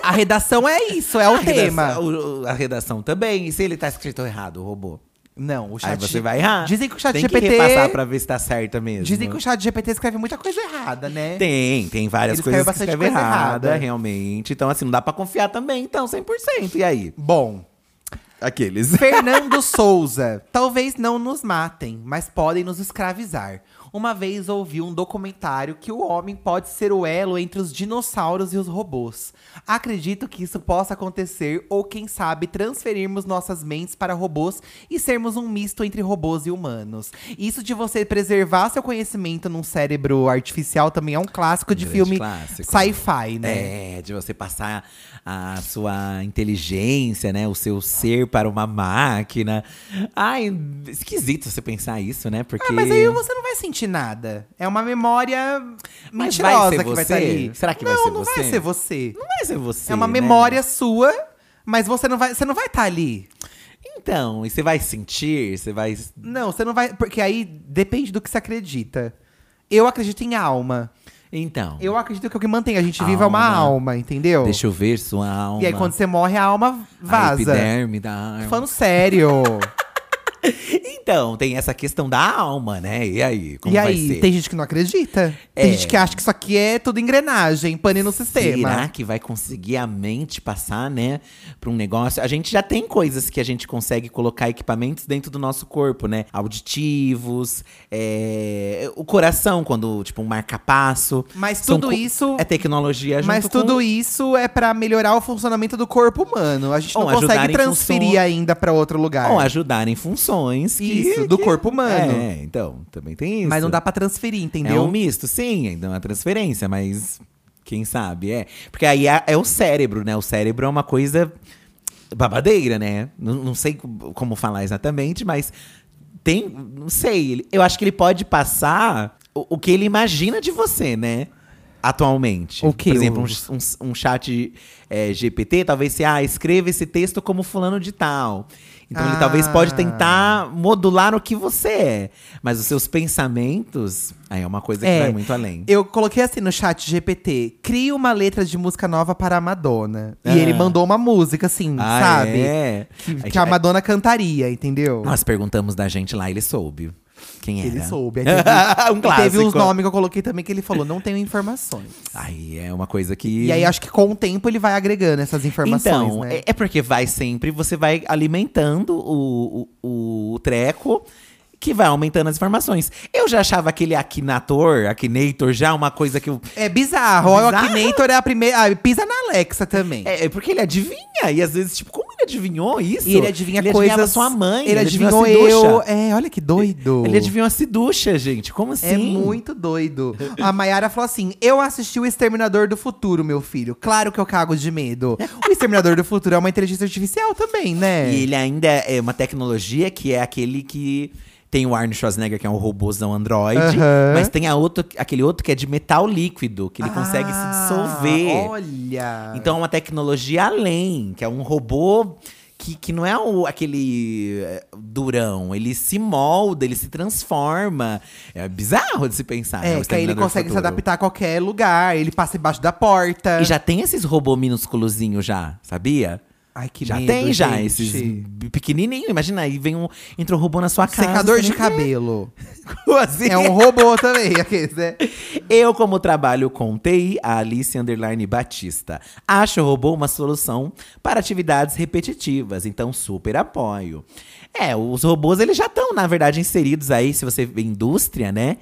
A redação é isso, é o *laughs* A tema. redação- o- o- a redação também. E se ele tá escrito errado, o robô? Não, o chat. Aí você vai errar. Dizem que o chat tem GPT. Tem que repassar pra ver se tá certa mesmo. Dizem que o chat GPT escreve muita coisa errada, né? Tem, tem várias Ele coisas escreve que bastante escreve coisa errada, errada. realmente. Então, assim, não dá pra confiar também, então, 100%. E aí? Bom, Aqueles. Fernando Souza. Talvez não nos matem, mas podem nos escravizar. Uma vez ouvi um documentário que o homem pode ser o elo entre os dinossauros e os robôs. Acredito que isso possa acontecer, ou quem sabe transferirmos nossas mentes para robôs e sermos um misto entre robôs e humanos. Isso de você preservar seu conhecimento num cérebro artificial também é um clássico de Grande filme clássico. sci-fi, né? É, de você passar a sua inteligência, né? O seu ser para uma máquina. Ai, esquisito você pensar isso, né? Porque. Ah, mas aí você não vai sentir nada. É uma memória Mas mentirosa vai que ser vai você? estar ali. Será que não, vai ser não você? vai ser você. Não vai ser você. é uma né? memória sua, mas você não vai, você não vai estar ali. Então, e você vai sentir, você vai. Não, você não vai, porque aí depende do que você acredita. Eu acredito em alma. Então. Eu acredito que o que mantém a gente viva é uma Alma. alma, entendeu? Deixa eu ver sua alma. E aí quando você morre a alma A vaza. epiderme da alma. Tô Falando sério. Então, tem essa questão da alma, né? E aí, *laughs* como e vai aí ser? tem gente que não acredita. Tem É. gente que acha que isso aqui é tudo engrenagem, pane no sistema. Será que vai conseguir a mente passar, né, para um negócio? A gente já tem coisas que a gente consegue colocar equipamentos dentro do nosso corpo, né? Auditivos, é, o coração quando tipo um marca-passo. Mas São tudo co- isso É tecnologia junto Mas tudo com... isso é pra melhorar o funcionamento do corpo humano. A gente não Ou ajudar consegue em transferir função- ainda pra outro lugar. ou ajudar em funções que- Isso, do que- corpo humano. É, então, também tem isso. Mas não dá pra transferir, entendeu? É um misto, sim, ainda é uma transferência, mas quem sabe, é. Porque aí é, é o cérebro, né? O cérebro é uma coisa babadeira, né? Não, não sei co- como falar exatamente, mas tem. Não sei. ele- Eu acho que ele pode passar o, o que ele imagina de você, né? Atualmente. O quê? Por exemplo, O- um um, um chat é, GPT, talvez se ah, escreva esse texto como fulano de tal. Então ele Ah. talvez pode tentar modular o que você é. Mas os seus pensamentos, aí é uma coisa que É. vai muito além. Eu coloquei assim no chat GPT, cria uma letra de música nova para a Madonna. Ah. E ele mandou uma música, assim, Ah, sabe? É. Ah, Que, Aí- que a Madonna cantaria, entendeu? Nós perguntamos da gente lá, ele soube. Quem era? Ele soube. Aí *laughs* teve, um e teve clássico. uns nomes que eu coloquei também que ele falou, não tenho informações. Aí é uma coisa que. E aí acho que com o tempo ele vai agregando essas informações, Então, né? é- é porque vai sempre, você vai alimentando o, o, o treco. Que vai aumentando as informações. Eu já achava aquele Akinator, Akinator, já uma coisa que eu. É bizarro. Olha, O Bizarro. Akinator é a primeira. Ah, pisa na Alexa também. É, é porque ele adivinha. E às vezes, tipo, como adivinhou isso. E ele adivinha ele coisas. Adivinhava sua mãe. Ele, adivinhou, a Siducha. eu. É, olha que doido. Ele adivinhou a Siducha, gente. Como assim? É muito doido. A Mayara falou assim: Eu assisti o Exterminador do Futuro, meu filho. Claro que eu cago de medo. O Exterminador do Futuro é uma inteligência artificial também, né? E ele ainda é uma tecnologia que é aquele que tem o Arnold Schwarzenegger, que é um robôzão androide, Aham. mas tem a outro, aquele outro que é de metal líquido, que ele consegue se Ah, dissolver. Olha. Então é uma tecnologia além, que é um robô que, que não é o, aquele é, durão. Ele se molda, ele se transforma. É bizarro de se pensar. né, o é, que aí ele Exterminador do consegue se Futuro. adaptar a qualquer lugar, ele passa embaixo da porta. E já tem esses robô minúsculozinhos já, sabia? Ai, que já medo, tem já gente. esses pequenininhos. Imagina, aí vem um, entra um robô na sua casa. Secador você *laughs* de nem- cabelo. Assim. É um robô também, *laughs* aqueles, né? Eu, como trabalho com TI, a Alice Underline Batista, acho o robô uma solução para atividades repetitivas, então super apoio. É, os robôs, eles já estão, na verdade, inseridos aí, se você vê indústria, né?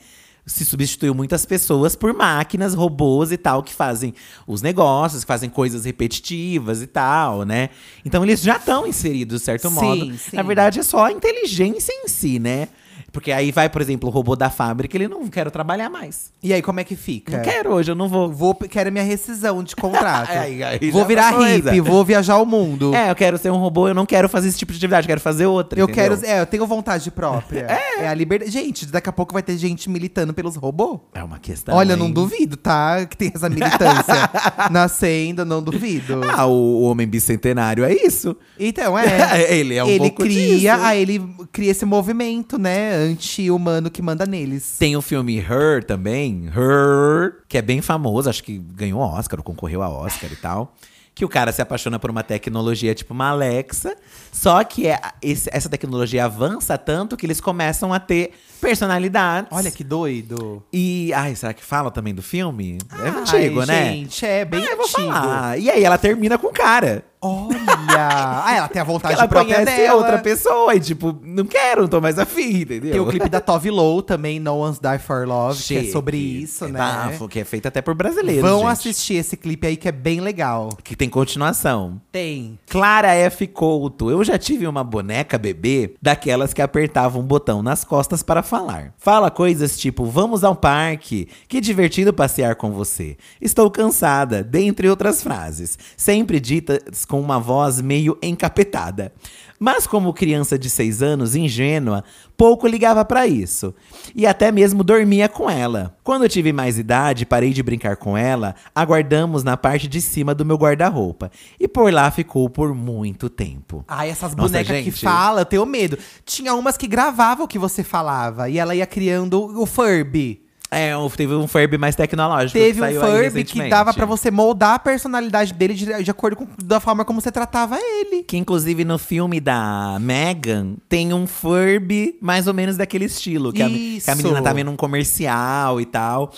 Se substituiu muitas pessoas por máquinas, robôs e tal, que fazem os negócios, que fazem coisas repetitivas e tal, né? Então eles já estão inseridos, de certo Sim, modo. sim. Na verdade, é só a inteligência em si, né? Porque aí vai, por exemplo, o robô da fábrica, ele não quer trabalhar mais. E aí, como é que fica? Não quero hoje, eu não vou. Vou, quero minha rescisão de contrato. Aí- aí já *laughs* é vou uma virar coisa. hippie, vou viajar o mundo. *laughs* É, eu quero ser um robô, eu não quero fazer esse tipo de atividade, eu quero fazer outra. Eu entendeu? quero. É, eu tenho vontade própria. é. a liberdade. Gente, daqui a pouco vai ter gente militando pelos robôs. É uma questão. Olha, hein? não duvido, tá? Que tem essa militância *laughs* nascendo, não duvido. Ah, o o homem bicentenário é isso. Então, é. ele *laughs* é um ele pouco cria, disso. aí ele cria esse movimento, né, anti-humano que manda neles. Tem o filme Her também, Her, que é bem famoso, acho que ganhou Oscar, ou concorreu a Oscar e tal. Que o cara se apaixona por uma tecnologia tipo uma Alexa, só que é, esse- essa tecnologia avança tanto que eles começam a ter personalidades. Olha que doido. E. Ai, será que fala também do filme? É Ai, antigo, né? Gente, é bem Ah, eu vou antigo. falar. E aí ela termina com o cara. Tá Olha! ah, ela tem a vontade Ela própria conhece dela. outra pessoa e, tipo, não quero, não tô mais afim, entendeu? Tem o clipe da Tove Low também, No One's Die For Love, que é Chique. sobre isso, É né? bafo, que é feito até por brasileiros. Vão gente. assistir esse clipe aí que é bem legal. Que tem continuação. Tem. Clara F. Couto. Eu já tive uma boneca bebê daquelas que apertava um botão nas costas para falar. Fala coisas tipo: vamos ao parque, que divertido passear com você. Estou cansada, dentre outras frases, sempre ditas com uma voz meio encapetada. Mas como criança de 6 anos, ingênua, pouco ligava para isso. E até mesmo dormia com ela. Quando eu tive mais idade, parei de brincar com ela, aguardamos na parte de cima do meu guarda-roupa. E por lá ficou por muito tempo. Ai, essas Nossa, bonecas que gente. falam, eu tenho medo. Tinha umas que gravavam o que você falava e ela ia criando o Furby. É, um- teve um Furby mais tecnológico. que Teve um saiu aí Furby que recentemente. dava pra você moldar a personalidade dele de, de acordo com da forma como você tratava ele. Que inclusive no filme da Megan tem um Furby mais ou menos daquele estilo. Que, a, que a Isso. menina tá vendo um comercial e tal.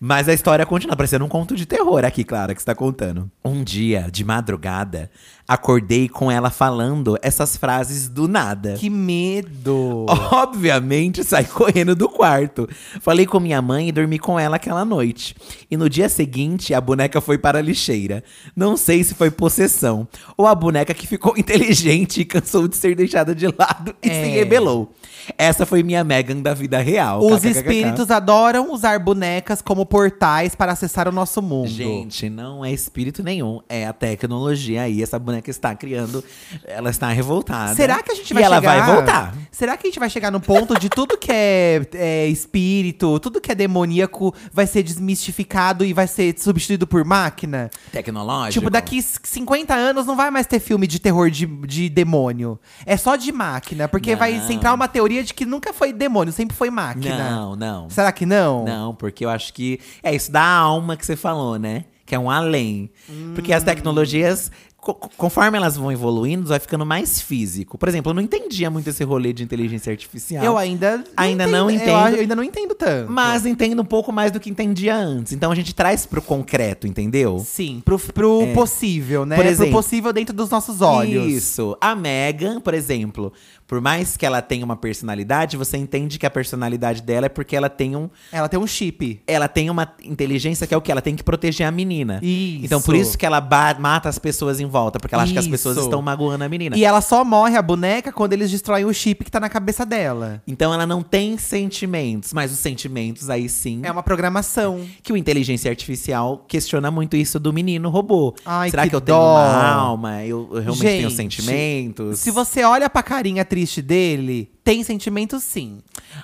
Mas a história continua, parecendo um conto de terror aqui, Clara, que você tá contando. Um dia, de madrugada, acordei com ela falando essas frases do nada. Que medo. Obviamente, saí correndo do quarto. Falei com minha mãe e dormi com ela aquela noite. E no dia seguinte, a boneca foi para a lixeira. Não sei se foi possessão ou a boneca que ficou *laughs* inteligente e cansou de ser deixada de lado e É. se rebelou. Essa foi minha Megan da vida real. Os KKKK. espíritos adoram usar bonecas como portais para acessar o nosso mundo. Gente, não é espírito nenhum, é a tecnologia aí. Essa boneca está criando, ela está revoltada. Será que a gente Ah, E vai ela chegar? Tipo, vai voltar. Será que a gente vai chegar no ponto de tudo que é, é, espírito, tudo que é demoníaco vai ser desmistificado e vai ser substituído por máquina? É Tecnológico. Tipo, daqui c- 50 anos não vai mais ter filme de terror de, de demônio. É só de máquina, porque vai Não. centrar uma teoria de que nunca foi demônio, sempre foi máquina. Não, não. Será que não? Não, porque eu acho que é isso da alma que você falou, né? Que é um além. Porque Hum. as tecnologias, co- co- conforme elas vão evoluindo, vai ficando mais físico. Por exemplo, eu não entendia muito esse rolê de inteligência artificial. Eu ainda Ainda não eu entendo. a- Eu, ainda não entendo tanto. mas entendo um pouco mais do que entendia antes. Então a gente traz pro concreto, entendeu? Sim, pro, pro possível, né? É. Por exemplo. pro possível dentro dos nossos olhos. Isso. A Megan, por exemplo, por mais que ela tenha uma personalidade, você entende que a personalidade dela é porque ela tem um, Ela tem um chip. ela tem uma inteligência que é o que? Ela tem que proteger a menina. Isso. Então, por isso que ela ba- mata as pessoas em volta, porque ela acha que as Isso. pessoas estão magoando a menina. E é ela só morre, a boneca, quando eles destroem o chip que tá na cabeça dela. Então ela não tem sentimentos, mas os sentimentos aí sim. É uma programação. Que o inteligência artificial questiona muito isso do menino robô. Ai, Será que que, eu tenho dó. uma alma? Eu, eu realmente tenho Gente, sentimentos? Se você olha pra carinha triste dele, tem sentimento sim.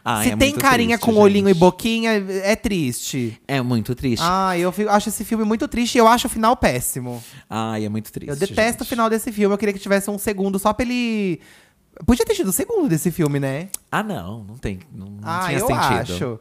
Ai, Se é tem muito carinha triste, com um olhinho e gente. boquinha, é triste. É muito triste. Ah, eu fi- acho esse filme muito triste e eu acho o final péssimo. Ai, é muito triste. Ah. eu detesto o gente. final desse filme. Eu queria que tivesse um segundo só pra ele. Podia ter tido o segundo desse filme, né? Ah, não, não tem. Não, não Ah, tinha eu acho. sentido.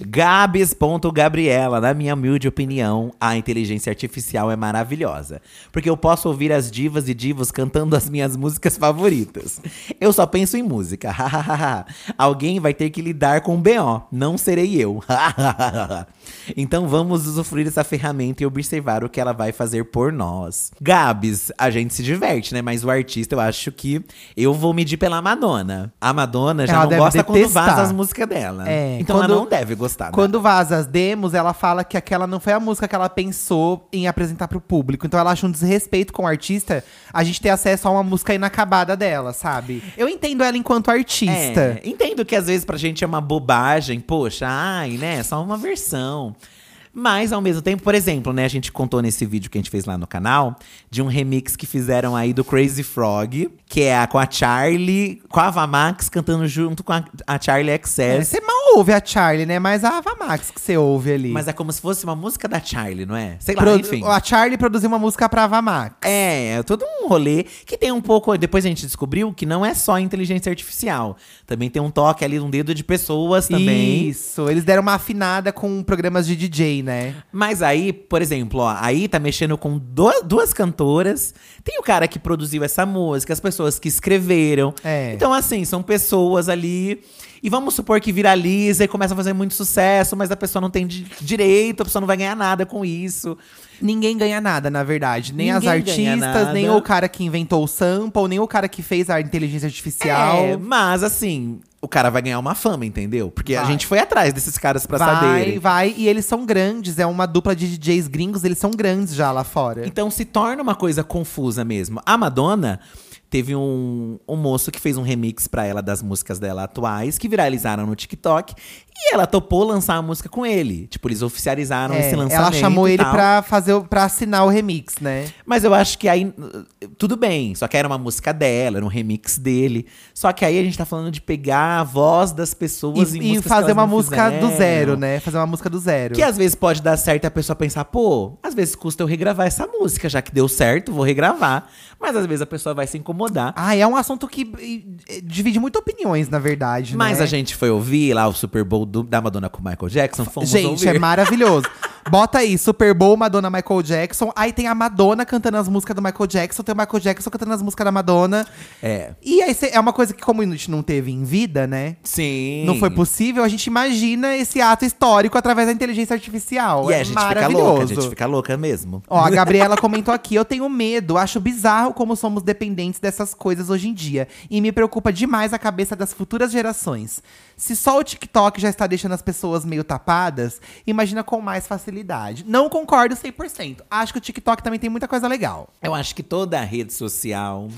Gabs.Gabriela, na minha humilde opinião, a inteligência artificial é maravilhosa. Porque eu posso ouvir as divas e divos cantando as minhas músicas favoritas. Eu só penso em música. *laughs* hahaha. Alguém vai ter que lidar com o BO, não serei eu. *laughs* então vamos usufruir dessa ferramenta e observar o que ela vai fazer por nós. Gabs, a gente se diverte, né? Mas o artista, eu acho que eu vou medir pela Madonna. A Madonna já Ela não deve gosta quando detestar. vaza as músicas dela. É, então ela quando- não deve gostar. né? Quando vaza as demos, ela fala que aquela não foi a música que ela pensou em apresentar pro público. Então ela acha um desrespeito com o artista a gente ter acesso a uma música inacabada dela, sabe? Eu entendo ela enquanto artista. É, entendo que às vezes pra gente é uma bobagem, poxa, ai, né? Só uma versão. Mas ao mesmo tempo, por exemplo, né, a gente contou nesse vídeo que a gente fez lá no canal de um remix que fizeram aí do Crazy Frog, que é a, com a Charlie, com a Ava Max cantando junto com a, a Charlie É, XS. Você mal ouve a Charlie, né? Mas a Ava Max que você ouve ali. Mas é como se fosse uma música da Charlie, não é? Sei lá, Produ- enfim. A Charlie produziu uma música pra Ava Max. É, é todo um rolê que tem um pouco. Depois a gente descobriu que não é só inteligência artificial. Também tem um toque ali, um dedo de pessoas também. Isso, eles deram uma afinada com programas de DJ, né? Mas aí, por exemplo, ó, aí tá mexendo com do- duas cantoras. Tem o cara que produziu essa música, as pessoas que escreveram. É. Então, assim, são pessoas ali. E vamos supor que viraliza e começa a fazer muito sucesso, mas a pessoa não tem di- direito, a pessoa não vai ganhar nada com isso. Ninguém ganha nada, na verdade. Nem as Ninguém ganha artistas, nem nada. o cara que inventou o sample, nem o cara que fez a inteligência artificial. É, mas assim, o cara vai ganhar uma fama, entendeu? Porque a Vai. gente foi atrás desses caras pra vai, saberem. vai. E eles são grandes. É uma dupla de DJs gringos. Eles são grandes já lá fora. Então se torna uma coisa confusa mesmo. A Madonna teve um, um moço que fez um remix pra ela das músicas dela atuais, que viralizaram no TikTok, e ela topou lançar a música com ele. Tipo, eles oficializaram É, esse lançamento. ela chamou e ele tal. pra, fazer, o- pra assinar o remix, né? Mas eu acho que aí. uh, Tudo bem, só que era uma música dela, era um remix dele. Só que aí a gente tá falando de pegar a voz das pessoas em E, e músicas que fazer elas uma não música do fizeram. zero, né? Fazer uma música do zero. Que é- às vezes pode dar certo e a pessoa pensar, pô, às vezes custa eu regravar essa música, já que deu certo, vou regravar. Mas às vezes a pessoa vai se incomodar. Ah, é um assunto que eh, eh, divide muito opiniões, na verdade, Mas né? a gente foi ouvir lá o Super Bowl do- da Madonna com o Michael Jackson, fomos Gente, ouvir. é maravilhoso. Bota aí, Super Bowl, Madonna, Michael Jackson. Aí tem a Madonna cantando as músicas do Michael Jackson. Tem o Michael Jackson cantando as músicas da Madonna. É. E aí, cê- é uma coisa que como a gente não teve em vida, né? Sim. Não foi possível, a gente imagina esse ato histórico através da inteligência artificial. E é a gente fica maravilhoso. louca, a gente fica louca mesmo. Ó, a Gabriela comentou aqui, eu tenho medo, acho bizarro como somos dependentes dessas coisas hoje em dia. E me preocupa demais a cabeça das futuras gerações. Se só o TikTok já está deixando as pessoas meio tapadas, imagina com mais facilidade. Não concordo 100%. Acho que o TikTok também tem muita coisa legal. Eu acho que toda a rede social,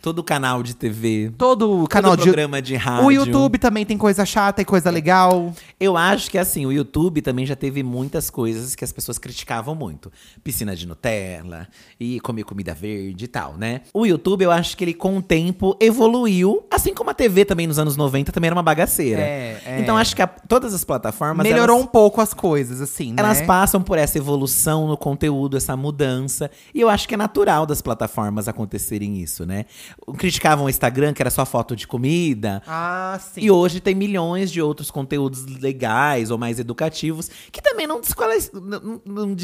todo canal de TV, Todo canal todo de… programa de rádio. O YouTube também tem coisa chata e coisa legal. Eu acho que assim, o YouTube também já teve muitas coisas que as pessoas criticavam muito. Piscina de Nutella e comer comida verde e tal, né? O YouTube, eu acho que ele com o tempo evoluiu, assim como a TV também nos anos 90 também era uma bagaceira. É, é. Então acho que a- todas as plataformas Melhorou elas, um pouco as coisas, assim, elas né? passam por essa evolução no conteúdo, essa mudança, e eu acho que é natural das plataformas acontecerem isso, né? Criticavam o Instagram que era só foto de comida, Ah, sim. e hoje tem milhões de outros conteúdos legais ou mais educativos que também não, desquali- não- não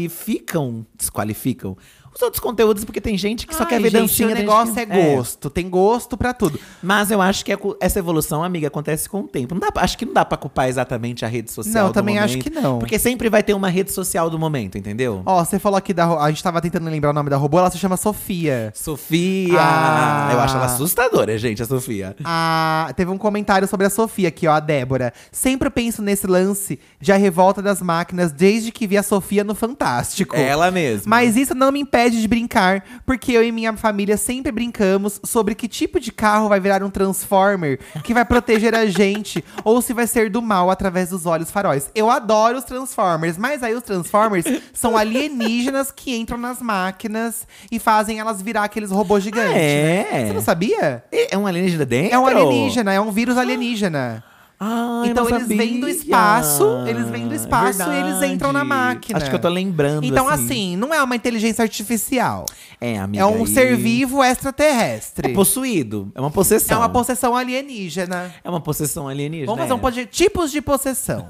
desqualificam. Desqualificam os outros conteúdos, porque tem gente que só Ai, quer ver gente, dancinha. O tem gente negócio que- é gosto, tem gosto pra tudo. Mas eu acho que é cu- essa evolução, amiga, acontece com o tempo. Não dá pra- acho que não dá pra culpar exatamente a rede social. Não, do também acho momento, que não. Porque sempre vai ter uma rede social do momento, entendeu? Ó, você falou aqui da. ro- A gente tava tentando lembrar o nome da robô, ela se chama Sofia. Sofia! Ah. Eu acho ela assustadora, gente, a Sofia. Ah, teve um comentário sobre a Sofia aqui, ó, a Débora. Sempre penso nesse lance de a revolta das máquinas desde que vi a Sofia no Fantástico. Ela mesma. Tipo, Mas isso não me impede impede de brincar, porque eu e minha família sempre brincamos sobre que tipo de carro vai virar um Transformer que vai proteger a *laughs* gente ou se vai ser do mal através dos olhos faróis. Eu adoro os Transformers, mas aí os Transformers são alienígenas que entram nas máquinas e fazem elas virar aqueles robôs gigantes. é? né? Você não sabia? É é um alienígena dentro? É um alienígena, é um vírus alienígena. Ah, eu Então não eles vêm do sabia. espaço, eles vêm do É espaço e eles verdade. entram na máquina. Acho que eu tô lembrando. Então, assim, não é uma inteligência artificial. é, amiga, É um aí- ser vivo extraterrestre. É possuído. É uma possessão. É uma possessão alienígena. É uma possessão alienígena. Vamos fazer um é. podcast. Tipos de possessão.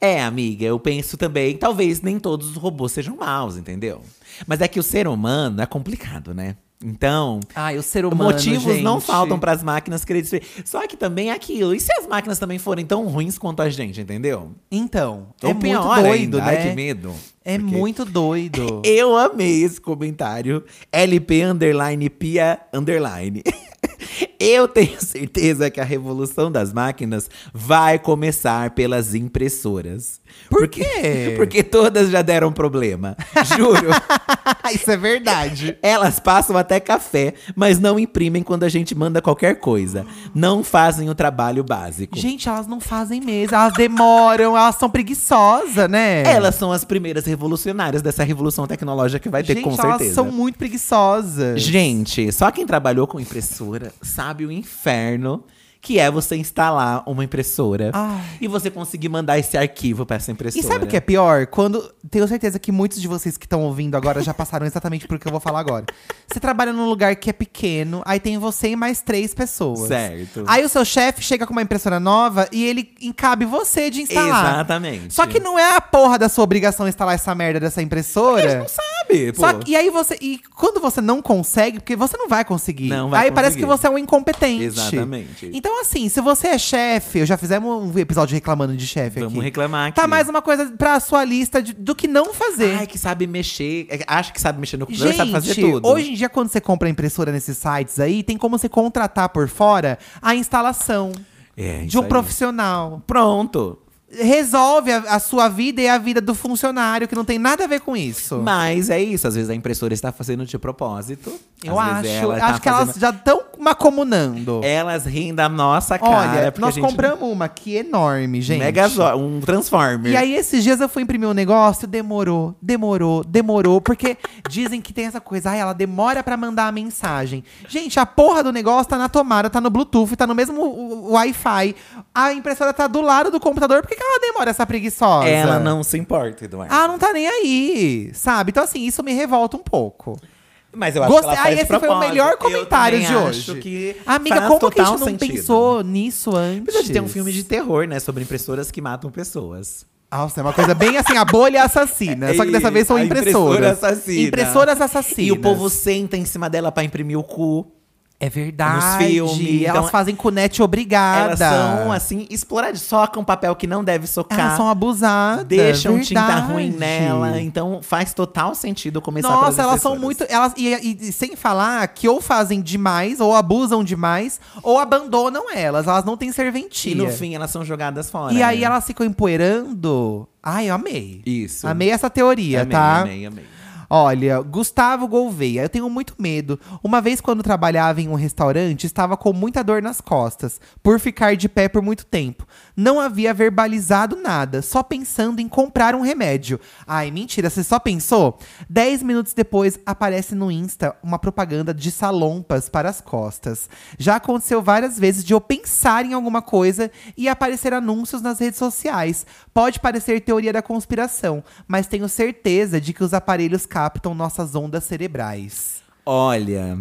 É, amiga, eu penso também. Talvez nem todos os robôs sejam maus, entendeu? Mas é que o ser humano é complicado, né? Então. *laughs* Ai, o ser humano. motivos não gente. faltam para as máquinas querer destruir. Só que também é aquilo. E se as máquinas também forem tão ruins quanto a gente, entendeu? Então, é Ou muito pior doido, ainda. Ai, que né? medo. É Porque- muito *laughs* doido. Eu amei esse comentário. LP underline pia underline. *laughs* Eu tenho certeza que a revolução das máquinas vai começar pelas impressoras. Por porque, quê? *laughs* Porque todas já deram problema. *laughs* Juro. Isso é verdade. Elas passam até café, mas não imprimem quando a gente manda qualquer coisa. Não fazem o trabalho básico. Gente, elas não fazem mesmo. Elas demoram, elas são preguiçosas, né? Elas são as primeiras revolucionárias dessa revolução tecnológica que vai ter, Gente, com elas certeza. são muito preguiçosas. Gente, só quem trabalhou com impressora sabe o inferno que é você instalar uma impressora Ai. e você conseguir mandar esse arquivo pra essa impressora. E sabe o que é pior? Quando. Tenho certeza que muitos de vocês que estão ouvindo agora já passaram exatamente por que eu vou falar agora. Você trabalha num lugar que é pequeno, aí tem você e mais três pessoas. Certo. Aí o seu chefe chega com uma impressora nova e ele encabe você de instalar. Exatamente. Tá Só que não é a porra da sua obrigação instalar essa merda dessa É. impressora. sabe, pô. Só que, e aí você. E quando você não consegue, porque você não vai conseguir. Não vai aí parece que conseguir. você é um incompetente. Exatamente. Então, assim, se você é chefe, eu já fizemos um episódio reclamando de chefe aqui. Vamos reclamar aqui. Tá mais uma coisa pra sua lista de- do que não fazer. Ai, que sabe mexer. é, Acha que sabe mexer no computador, Gente, sabe fazer tudo. hoje em dia, quando você compra impressora nesses sites aí, tem como você contratar por fora a instalação é, de isso um aí. profissional. Pronto. Resolve a, a sua vida e a vida do funcionário, que não tem nada a ver com isso. Mas é isso, às vezes a impressora está fazendo de propósito. Eu às acho. vezes ela tá acho que elas fazendo- já estão macomunando. Elas riem da nossa cara. é Olha, porque a nós gente- compramos uma que é enorme, gente. Megazord, um Transformer. E aí, esses dias eu fui imprimir um negócio, demorou, demorou, demorou. Porque *laughs* dizem que tem essa coisa, ai, ela demora pra mandar a mensagem. Gente, a porra do negócio tá na tomada, tá no Bluetooth, tá no mesmo o- o- Wi-Fi. A impressora tá do lado do computador, por que, que ela demora essa preguiçosa? Ela não se importa, Eduardo. Ah, não tá nem aí, sabe? Então, assim, isso me revolta um pouco. Mas eu acho Gostei- que ela Ah, faz esse de propósito. foi o melhor Eu comentário também de acho hoje. que Amiga, faz como que a gente total não sentido. pensou nisso antes? Precisa de ter um filme de terror, né? Sobre impressoras que matam pessoas. Nossa, é uma coisa bem assim, a bolha assassina. Só que dessa vez são É A impressoras. impressora assassina. Impressoras assassinas. E o povo senta em cima dela pra imprimir o cu. É verdade. filmes, Elas então- fazem cunete obrigada. Elas são, assim, exploradas. Socam papel que não deve socar. Elas são abusadas. Deixam tinta verdade. ruim nela. Então faz total sentido começar pelas Nossa, elas são impressoras. muito. Elas, e, e- e sem falar que ou fazem demais, ou abusam demais, ou abandonam elas. Elas não têm serventia. E no fim elas são jogadas fora. E aí né? elas ficam empoeirando. Ai, eu amei. Isso. Amei essa teoria, Amei, tá? amei, amei. Olha, Gustavo Gouveia, eu tenho muito medo. Uma vez, quando trabalhava em um restaurante, estava com muita dor nas costas, por ficar de pé por muito tempo. Não havia verbalizado nada, só pensando em comprar um remédio. Ai, mentira, você só pensou? Dez minutos depois, aparece no Insta uma propaganda de salompas para as costas. Já aconteceu várias vezes de eu pensar em alguma coisa e aparecer anúncios nas redes sociais. Pode parecer teoria da conspiração, mas tenho certeza de que os aparelhos captam nossas ondas cerebrais. Olha,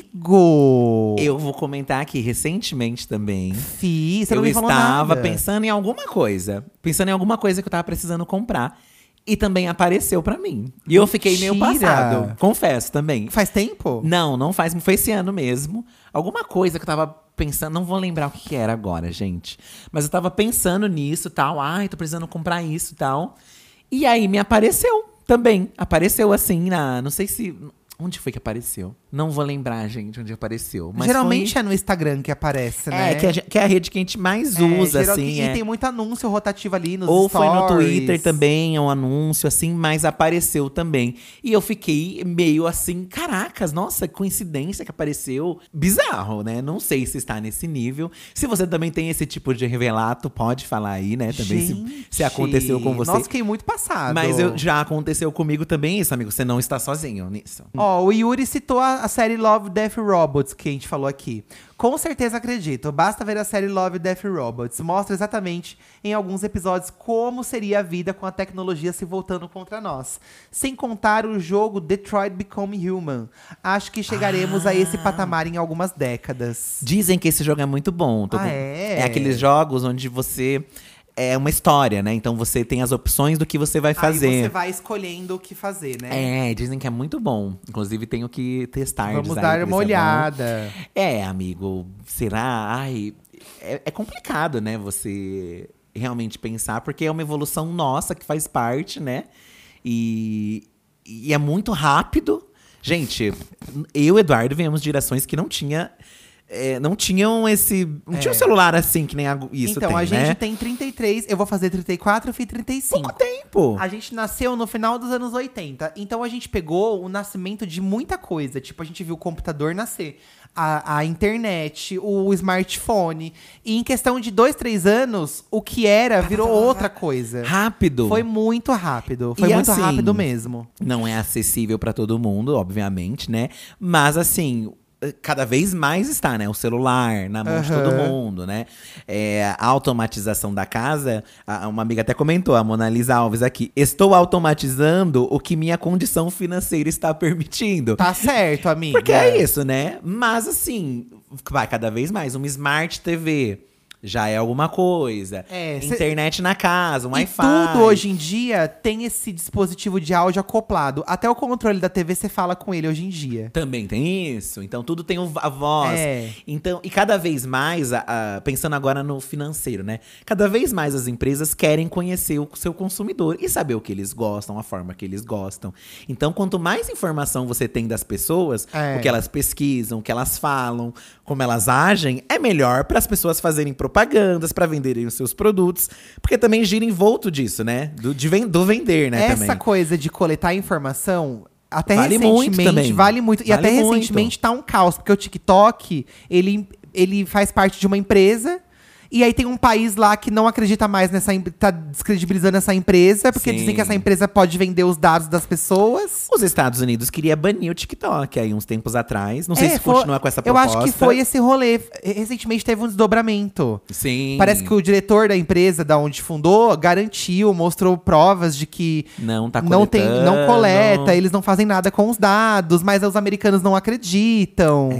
Amigo! eu vou comentar aqui recentemente também. fiz, você eu não me falou estava nada. pensando em alguma coisa. Pensando em alguma coisa que eu tava precisando comprar. E também apareceu pra mim. E eu fiquei meio Mentira! passado. Confesso também. Faz tempo? Não, não faz. Foi esse ano mesmo. Alguma coisa que eu tava pensando. Não vou lembrar o que que era agora, gente. Mas eu tava pensando nisso e tal. Ai, tô precisando comprar isso e tal. E aí me apareceu também. Apareceu assim na. Não sei se. Onde foi que apareceu? Não vou lembrar, gente, onde apareceu. Mas Geralmente foi... é no Instagram que aparece, né? É, que, a gente- que é a rede que a gente mais É, usa, geral- assim. E é. tem muito anúncio rotativo ali nos Ou foi no stories. Twitter também, é um anúncio, assim, mas apareceu também. E eu fiquei meio assim, caracas, nossa, coincidência que apareceu. Bizarro, né? Não sei se está nesse nível. Se você também tem esse tipo de revelato, pode falar aí, né? Também se, se aconteceu com você. Nossa, fiquei muito passado. mas eu, já aconteceu comigo também isso, amigo. Você não está sozinho nisso. Ó, o Yuri citou a, a série Love, Death Robots que a gente falou aqui. Com certeza acredito. Basta ver a série Love, Death Robots. Mostra exatamente em alguns episódios como seria a vida com a tecnologia se voltando contra nós. Sem contar o jogo Detroit Become Human. Acho que chegaremos a Ah. esse patamar em algumas décadas. Dizem que esse jogo é muito bom. Tô Ah, é? é aqueles jogos onde você. É uma história, né? Então você tem as opções do que você vai fazer. Aí você vai escolhendo o que fazer, né? É, dizem que é muito bom. Inclusive, tenho que testar. Vamos diz aí, dar Cris, uma é bom. olhada. É, amigo, será? Ai, é, é complicado, né? Você realmente pensar, porque é uma evolução nossa que faz parte, né? E, e é muito rápido. Gente, eu e Eduardo viemos de gerações que não tinha. é, não tinham esse. Não tinha um celular assim, que nem a- isso É. então, tem, a gente né? tem 33, eu vou fazer 34, eu fiz 35. Pouco tempo. A gente nasceu no final dos anos 80. Então a gente pegou o nascimento de muita coisa. Tipo, a gente viu o computador nascer, a, a internet, o smartphone. E em questão de dois, três anos, o que era virou outra coisa. Rápido. Foi muito rápido. Foi E muito assim, rápido mesmo. não é acessível para todo mundo, obviamente, né? Mas assim, cada vez mais está, né? O celular na mão de Aham. todo mundo, né? É, a automatização da casa, a- uma amiga até comentou, a Mona Lisa Alves aqui, estou automatizando o que minha condição financeira está *laughs* permitindo. Tá certo, amiga. Porque é isso, né? Mas assim, vai cada vez mais. Uma Smart TV já é alguma coisa. É, cê- Internet na casa, um e Wi-Fi. tudo hoje em dia tem esse dispositivo de áudio acoplado. Até o controle da TV você fala com ele hoje em dia. Também tem isso. Então tudo tem o- a voz. É. Então, e cada vez mais, a- a- pensando agora no financeiro, né? Cada vez mais as empresas querem conhecer o seu consumidor e saber o que eles gostam, a forma que eles gostam. Então, quanto mais informação você tem das pessoas, É. o que elas pesquisam, o que elas falam, como elas agem, é melhor para as pessoas fazerem propagandas, para venderem os seus produtos, porque também gira em volto disso, né? Do, de ven- do vender, né? Essa também. coisa de coletar informação, até Vale muito recentemente, também. vale muito. E Vale até muito. recentemente tá um caos, porque o TikTok, ele, ele faz parte de uma empresa. E aí tem um país lá que não acredita mais nessa… em- tá descredibilizando essa empresa. Porque Sim. dizem que essa empresa pode vender os dados das pessoas. Os Estados Unidos queria banir o TikTok aí uns tempos atrás. Não sei É, se foi- continua com essa Eu proposta. acho que foi esse rolê. Recentemente teve um desdobramento. Sim. Parece que o diretor da empresa, da onde fundou, garantiu, mostrou provas de que não tá não tem, não coletando. coleta, eles não fazem nada com os dados, mas os americanos não acreditam.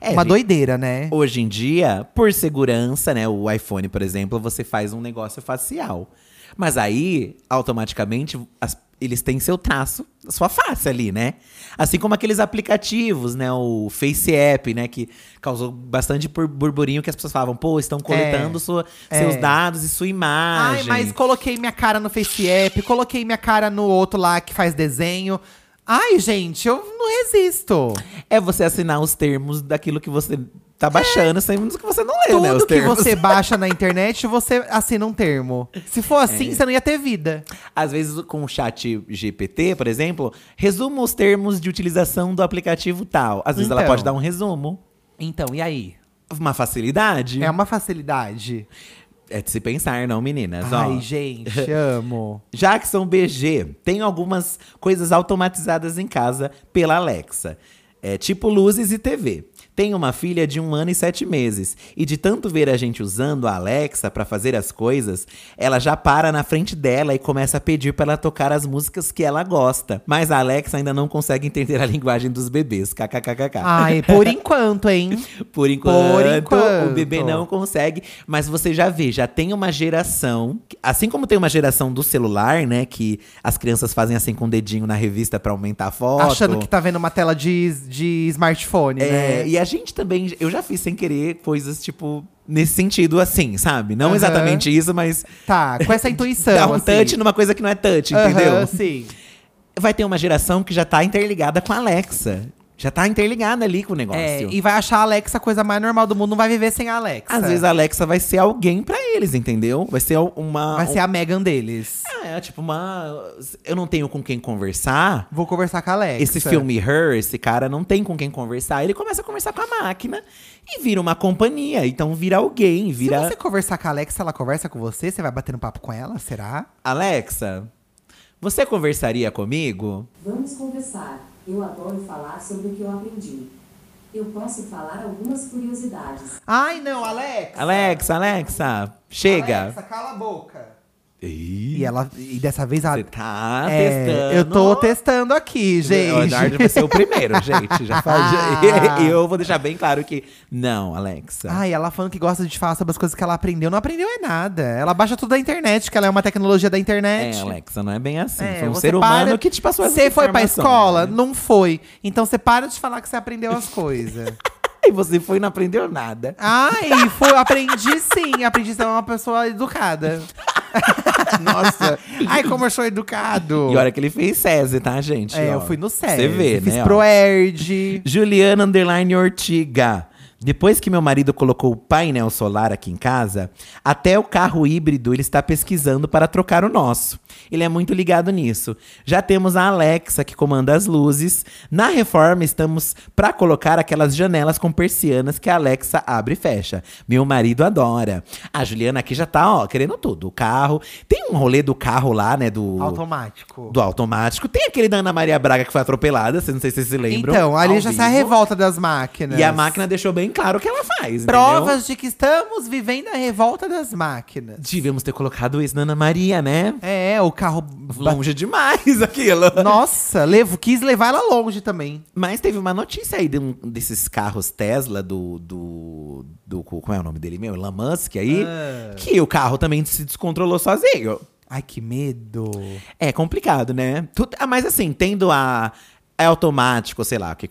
É, Uma gente, doideira, né? Hoje em dia, por segurança, né? O iPhone, por exemplo, você faz um negócio facial. Mas aí, automaticamente, as- eles têm seu traço, sua face ali, né? Assim como aqueles aplicativos, né? O Face App, né? Que causou bastante bur- burburinho que as pessoas falavam, pô, estão coletando sua- é. seus dados e sua Ai, imagem. mas coloquei minha cara no Face App, coloquei minha cara no outro lá que faz desenho. Ai, gente, eu não resisto. É você assinar os termos daquilo que você tá baixando, sem os que você não lê, né? Os É. Tudo que termos. *laughs* você baixa na internet, você assina um termo. Se for É. assim, você não ia ter vida. Às vezes, com o chat GPT, por exemplo, resuma os termos de utilização do aplicativo tal. Às vezes ela Então. pode dar um resumo. Então, e aí? Uma facilidade. É uma facilidade. É de se pensar, não, meninas. ó. Ai, *laughs* gente, amo. Jackson BG, tem algumas coisas automatizadas em casa pela Alexa. É, tipo luzes e TV. Tem uma filha de um ano e sete meses. E de tanto ver a gente usando a Alexa pra fazer as coisas, ela já para na frente dela e começa a pedir pra ela tocar as músicas que ela gosta. Mas a Alexa ainda não consegue entender a *laughs* linguagem dos bebês. KKKKK. Ai, por enquanto, hein? *laughs* Por enquanto, Por enquanto. o bebê não consegue. Mas você já vê, já tem uma geração. que- Assim como tem uma geração do celular, né? Que as crianças fazem assim com o dedinho na revista pra aumentar a foto. Achando que tá vendo uma tela de, de smartphone, né? É, e a gente também, eu já fiz sem querer coisas tipo nesse sentido assim, sabe? Não Aham. exatamente isso, mas Tá, com essa intuição. *laughs* dá um assim. touch numa coisa que não é touch, Aham, entendeu? sim. vai ter uma geração que já tá interligada com a Alexa. Já tá interligada ali com o negócio. É, e vai achar a Alexa a coisa mais normal do mundo, não vai viver sem a Alexa. Às vezes ah, a Alexa vai ser alguém pra eles, entendeu? Vai ser uma. Vai ser a Megan deles. um- É, tipo uma. Eu não tenho com quem conversar. Vou conversar com a Alexa. Esse filme Her, esse cara não tem com quem conversar. Ele começa a conversar com a máquina e vira uma companhia. Então vira alguém, vira. Se você conversar com a Alexa, ela conversa com você? Você vai batendo papo com ela? Será? Alexa, você conversaria comigo? Vamos conversar. Eu adoro falar sobre o que eu aprendi. Eu posso falar algumas curiosidades. Ai, não, Alexa! Alexa, Alexa, chega. Alexa, cala a boca! Ih, E ela. E dessa vez a. você tá É, testando. É Eu tô testando aqui, gente. O Eduardo vai ser o primeiro, gente. *laughs* Já faz, já- *laughs* eu vou deixar bem claro que. Não, Alexa. Ai, ela falando que gosta de falar sobre as coisas que ela aprendeu. Não aprendeu é nada. Ela baixa tudo da internet, que ela é uma tecnologia da internet. É, Alexa, não é bem assim. É, Foi um você ser para- humano que te passou essa Você foi pra informação, escola? né? Não foi. Então você para de falar que você aprendeu as *laughs* coisas. *laughs* E você foi e não aprendeu nada. Ai, fui, aprendi sim. Aprendi a ser uma pessoa educada. *laughs* Nossa. Ai, como eu sou educado. E olha que ele fez SESI, tá, gente? É, Ó, eu fui no SESI. Você vê, Fiz né? ó. Proerd. Juliana Underline Ortiga. Depois que meu marido colocou o painel solar aqui em casa, até o carro híbrido ele está pesquisando para trocar o nosso. Ele é muito ligado nisso. Já temos a Alexa que comanda as luzes. Na reforma estamos para colocar aquelas janelas com persianas que a Alexa abre e fecha. Meu marido adora. A Juliana aqui já tá, ó, querendo tudo. O carro, tem um rolê do carro lá, né, do Automático. do automático. Tem aquele da Ana Maria Braga que foi atropelada, vocês não sei se vocês se lembram. Então, ali ao já sai a vivo. revolta das máquinas. E a máquina deixou bem claro o que ela faz. entendeu? Provas de que estamos vivendo a revolta das máquinas. Devíamos ter colocado isso na Ana Maria, né? É, o carro. Longe demais *laughs* aquilo. Nossa, levo, quis levar ela longe também. Mas teve uma notícia aí de um- desses carros Tesla do, do, do- Como é o nome dele meu? Elon Musk aí. Ah. Que o carro também se descontrolou sozinho. Ai, que medo. É complicado, né? Tu- ah, mas assim, tendo a. É automático, sei lá, que-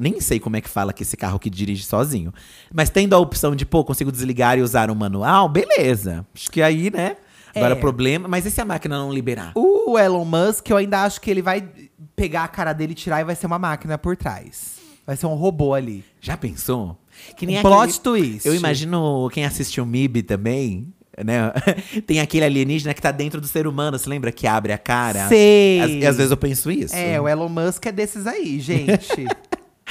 nem sei como é que fala que esse carro que dirige sozinho. Mas tendo a opção de, pô, consigo desligar e usar o manual, beleza. Acho que aí, né? Agora É. problema. Mas e se a máquina não liberar? O Elon Musk, eu ainda acho que ele vai pegar a cara dele, tirar e vai ser uma máquina por trás. Vai ser um robô ali. Já pensou? Que um aquele- plot twist. Eu imagino quem assistiu MIB também, né? *laughs* Tem aquele alienígena que tá dentro do ser humano, você lembra? Que abre a cara. Sei. Às, às vezes eu penso isso. É, o Elon Musk é desses aí, *laughs* gente.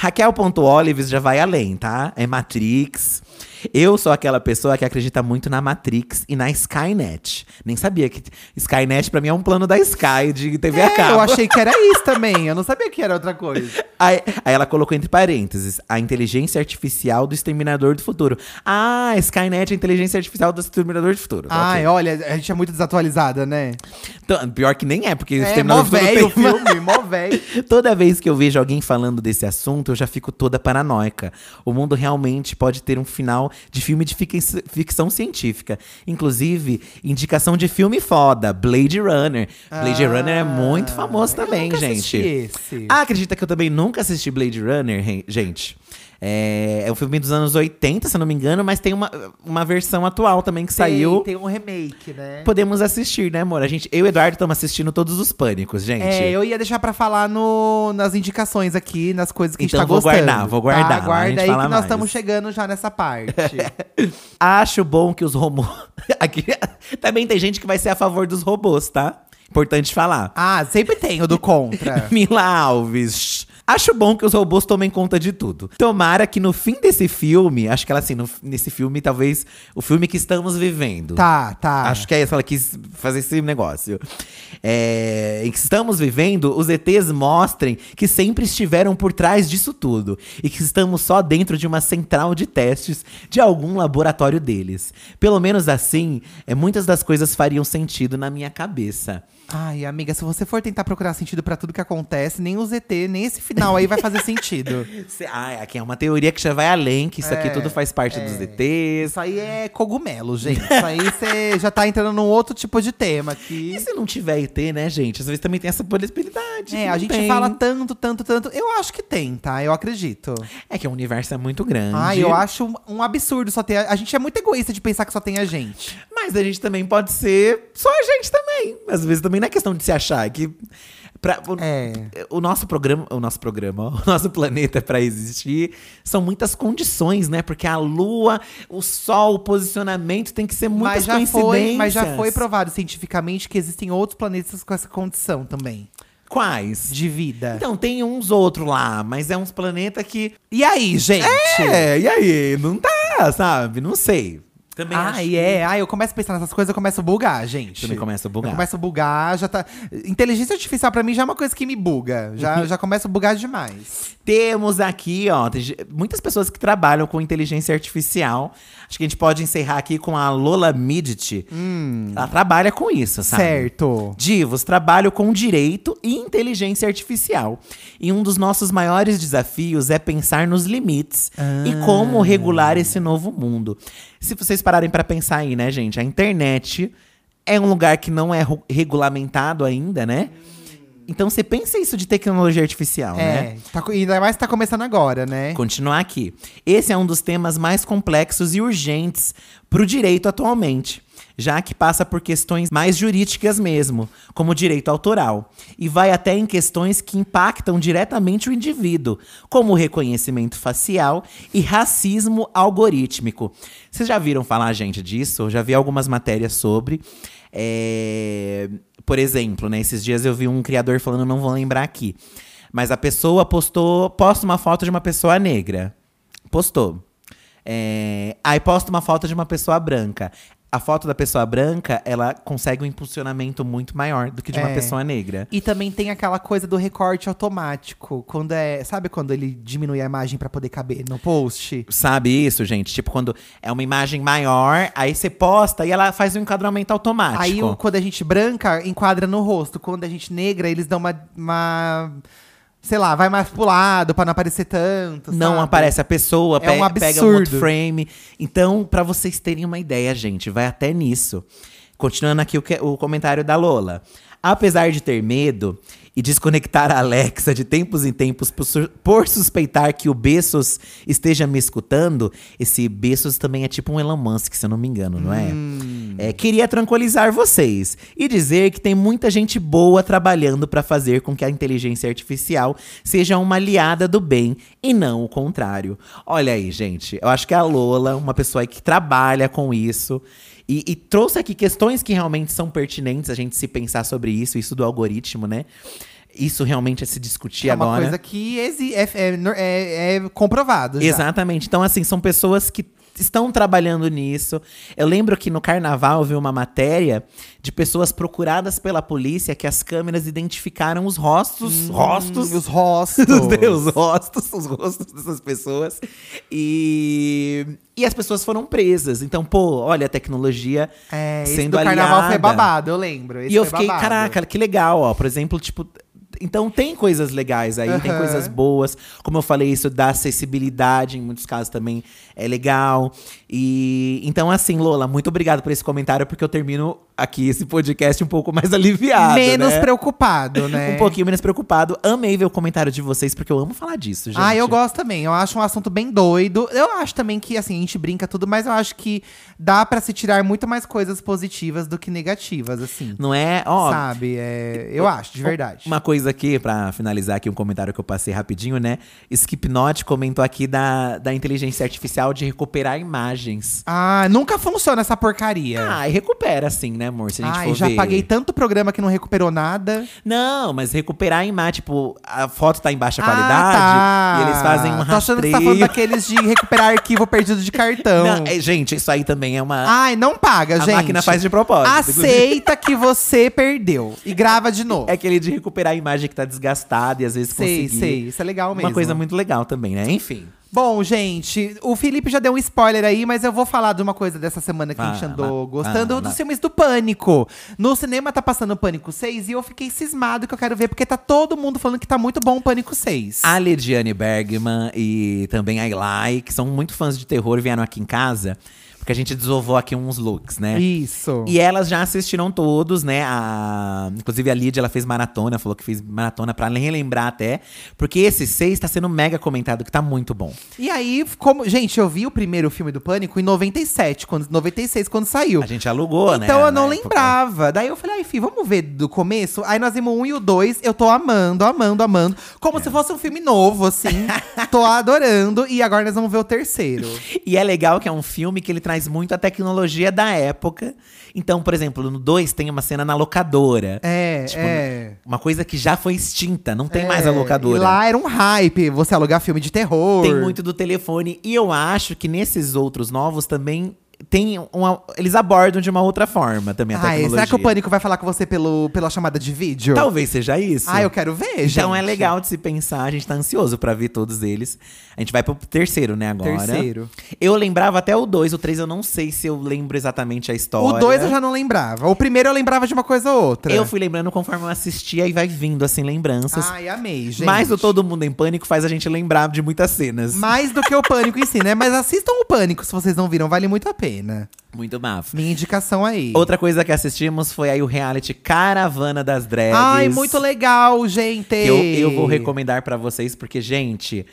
Raquel.olives já vai além, tá? É Matrix. Eu sou aquela pessoa que acredita muito na Matrix e na Skynet. Nem sabia que. Skynet, pra mim, é um plano da Sky de TV a É, cabo. eu achei que era isso também. Eu não sabia que era outra *laughs* coisa. Aí, aí ela colocou entre parênteses: a inteligência artificial do exterminador do futuro. Ah, Skynet é a inteligência artificial do exterminador do futuro. Ai, Ok. olha, a gente Ah, é muito desatualizada, né? Então, pior que nem é, porque o é, mó exterminador do futuro. velho o tem- filme, mó *laughs* velho. Toda vez que eu vejo alguém falando desse assunto, eu já fico toda paranoica. O mundo realmente pode ter um final de filme de fiqui- ficção científica. Inclusive, indicação de filme foda, Blade Runner. Blade Runner é muito famoso Ah. eu também, nunca assisti gente. esse. Ah, acredita que eu também nunca assisti Blade Runner, hein, gente? É, é um filme dos anos 80, se eu não me engano, mas tem uma, uma versão atual também que saiu. Tem, tem um remake, né? Podemos assistir, né, amor? A gente, eu e o Eduardo estamos assistindo todos os pânicos, gente. É, eu ia deixar pra falar no, nas indicações aqui, nas coisas que Então a gente tá vou gostando. guardar, vou Tá? guardar, lá a gente Guarda aí que fala nós mais. estamos chegando já nessa parte. *laughs* Acho bom que os robôs. *laughs* Aqui também tem gente que vai ser a favor dos robôs, tá? Importante falar. ah, sempre tem o do contra. *laughs* Mila Alves. Acho bom que os robôs tomem conta de tudo. Tomara que no fim desse filme, acho que ela assim, no- nesse filme, talvez o filme que estamos vivendo. tá, tá. Acho que é isso, ela quis fazer esse negócio. É, em que estamos vivendo, os ETs mostrem que sempre estiveram por trás disso tudo. E que estamos só dentro de uma central de testes de algum laboratório deles. Pelo menos assim, é, muitas das coisas fariam sentido na minha cabeça. Ai, amiga, se você for tentar procurar sentido pra tudo que acontece, nem o ZT, nem esse final aí vai fazer *laughs* sentido. Cê- Ah, aqui é uma teoria que já vai além, que isso aqui É, tudo faz parte é. dos ETs. Isso aí é cogumelo, gente. Isso aí você já tá entrando num outro tipo de tema aqui. E se não tiver ET, né, gente? Às vezes também tem essa possibilidade. que É, a não gente tem. fala tanto, tanto, tanto. Eu acho que tem, tá? Eu acredito. É que o Ah, universo é muito grande. Ai, eu acho um, um absurdo só ter. A, a gente é muito egoísta de pensar que só tem a gente. Mas a gente também pode ser só a gente também. Às vezes também não é questão de se achar, é que pra- o, É. o nosso programa, o nosso programa, ó, *laughs* o nosso planeta pra existir são muitas condições, né? Porque a lua, o sol, o posicionamento tem que ser mas muitas já foi, coincidências. mas já foi provado cientificamente que existem outros planetas com essa condição também Quais? de vida. Então, tem uns outros lá, mas é uns planeta que. e aí, gente? É, e aí? Não tá, sabe? Não sei. Também acho. Ai, é. Ai, eu começo a pensar nessas coisas, eu começo a bugar, gente. Ah, Também começa a Eu bugar. começo a bugar, já tá. Inteligência artificial pra mim já é uma coisa que me buga. Uhum. Já, já começa a bugar demais. Temos aqui, ó, tem ge- muitas pessoas que trabalham com inteligência artificial. Acho que a gente pode encerrar aqui com a Lola Midit. Ela trabalha com isso, sabe? Hum. Certo. Divos, trabalho com direito e inteligência artificial. E um dos nossos maiores desafios é pensar nos limites Ah. e como regular esse novo mundo. Se vocês pararem pra pensar aí, né, gente, a internet é um lugar que não é ru- regulamentado ainda, né? Então você pensa isso de tecnologia artificial, né? Hum. É, tá, co- ainda mais que tá começando agora, né? Continuar aqui. Esse é um dos temas mais complexos e urgentes para o direito atualmente, já que passa por questões mais jurídicas mesmo, como o direito autoral, e vai até em questões que impactam diretamente o indivíduo, como o reconhecimento facial e racismo algorítmico. Vocês já viram falar, gente, disso? Eu já vi algumas matérias sobre. É, Por exemplo, né, esses dias eu vi um criador falando, não vou lembrar aqui. Mas a pessoa postou, posta uma foto de uma pessoa negra. Postou. É, aí posta uma foto de uma pessoa branca. A foto da pessoa branca, ela consegue um impulsionamento muito maior do que de uma É. pessoa negra. E também tem aquela coisa do recorte automático. Quando é. Sabe quando ele diminui a imagem pra poder caber no post? Sabe isso, gente? Tipo, quando é uma imagem maior, aí você posta e ela faz um enquadramento automático. Aí o- quando a gente branca, enquadra no rosto. Quando a gente negra, eles dão uma. uma- sei lá, vai mais pro lado pra não aparecer tanto. Não sabe? aparece a pessoa, É um pe- pega um outro absurdo. frame. Então, pra vocês terem uma ideia, gente, vai até nisso. Continuando aqui o, que- o comentário da Lola. Apesar de ter medo e desconectar a Alexa de tempos em tempos por, su- por suspeitar que o Bessos esteja me escutando, esse Bessos também é tipo um Elon Musk, se eu não me engano, não é? Hum. É, queria tranquilizar vocês e dizer que tem muita gente boa trabalhando para fazer com que a inteligência artificial seja uma aliada do bem e não o contrário. Olha aí, gente, eu acho que a Lola, uma pessoa aí que trabalha com isso e, e trouxe aqui questões que realmente são pertinentes a gente se pensar sobre isso, isso do algoritmo, né? Isso realmente é se discutir é uma agora. coisa que exi- é, é nor- é- é comprovado. já. Exatamente. Então, assim, são pessoas que estão trabalhando nisso. Eu lembro que no carnaval eu vi uma matéria de pessoas procuradas pela polícia que as câmeras identificaram os rostos. *laughs* rostos? Os rostos. Os deus rostos, os rostos dessas pessoas. E, e as pessoas foram presas. Então, pô, olha a tecnologia É, esse sendo do carnaval aliada. foi babado, eu lembro. Esse E eu foi fiquei, babado. caraca, que legal, ó. Por exemplo, tipo. Então tem coisas legais aí, tem Aham. coisas boas. Como eu falei, isso da acessibilidade, em muitos casos também é legal. E então, assim, Lola, muito obrigado por esse comentário, porque eu termino aqui esse podcast um pouco mais *laughs* aliviado. Menos né? preocupado, né? Um pouquinho menos preocupado. Amei ver o comentário de vocês, porque eu amo falar disso, *laughs* gente. Ah, eu gosto também. Eu acho um assunto bem doido. Eu acho também que, assim, a gente brinca tudo, mas eu acho que dá pra se tirar muito mais coisas positivas do que negativas, assim. Não é? Ó, sabe? É, eu acho, de verdade. Uma coisa aqui, pra finalizar aqui um comentário que eu passei rapidinho, né? Skipknot comentou aqui da, da inteligência artificial de recuperar imagens. Ah, nunca funciona essa porcaria. Ah, e recupera sim, né, amor? Se a gente Ai, for já ver. paguei tanto programa que não recuperou nada. Não, mas recuperar a imagem, tipo, a foto tá em baixa Ah, qualidade tá. e eles fazem um Tô achando que você tá falando rastreio. daqueles de recuperar arquivo perdido de cartão. Não, é, gente, isso aí também é uma. Ai, não paga, a Ah, gente. ah, máquina faz de propósito. inclusive. Aceita que você perdeu e grava de novo. É aquele de recuperar a imagem que tá desgastada e às vezes sei, conseguir. sei. Isso é legal Uma mesmo. coisa muito legal também, né? Enfim. Bom, gente, o Felipe já deu um spoiler aí, mas eu vou falar de uma coisa dessa semana que a gente Fala. andou gostando Fala. dos filmes do Pânico. No cinema tá passando Pânico 6 e eu fiquei cismado que eu quero ver, porque tá todo mundo falando que tá muito bom o Pânico 6. A Lediane Bergman e também a Eli, que são muito fãs de terror, vieram aqui em casa. Porque a gente desovou aqui uns looks, né? Isso. E elas já assistiram todos, né? A... Inclusive a Lídia, ela fez maratona, falou que fez maratona pra relembrar até. Porque esse seis tá sendo mega comentado, que tá muito bom. E aí, como. Gente, eu vi o primeiro filme do Pânico em 97, quando, 96, quando saiu. A gente alugou, né? Então eu não na época. lembrava. Daí eu falei, ai, fi, vamos ver do começo? Aí nós vimos um e o dois, eu tô amando, amando, amando. Como É. se fosse um filme novo, *laughs* assim. tô adorando. E agora nós vamos ver o terceiro. E é legal que é um filme que ele traz muito a tecnologia da época. Então, por exemplo, no 2 tem uma cena na locadora. É, Tipo, é. Uma coisa que já foi extinta, não tem mais a É, locadora. E lá era um hype, você alugar filme de terror. Tem muito do telefone. E eu acho que nesses outros novos também tem uma. Eles abordam de uma outra forma também a Ai, tecnologia. será que o Pânico vai falar com você pelo, pela chamada de vídeo? Talvez seja isso. Ah, eu quero ver, gente. Então é legal de se pensar, a gente tá ansioso pra ver todos eles. A gente vai pro terceiro, né, agora. Terceiro. Eu lembrava até o dois o três eu não sei se eu lembro exatamente a história. O dois eu já não lembrava. O primeiro eu lembrava de uma coisa ou outra. Eu fui lembrando conforme eu assistia e vai vindo, assim, lembranças. Ai, amei, gente. Mas o Todo Mundo em Pânico faz a gente lembrar de muitas cenas. Mais do que o Pânico em si, né? Mas assistam o Pânico, se vocês não viram. Vale muito a pena. Muito massa. Minha indicação aí. Outra coisa que assistimos foi aí o reality Caravana das Drags. Ai, muito legal, gente! que eu, eu vou recomendar pra vocês, porque, gente,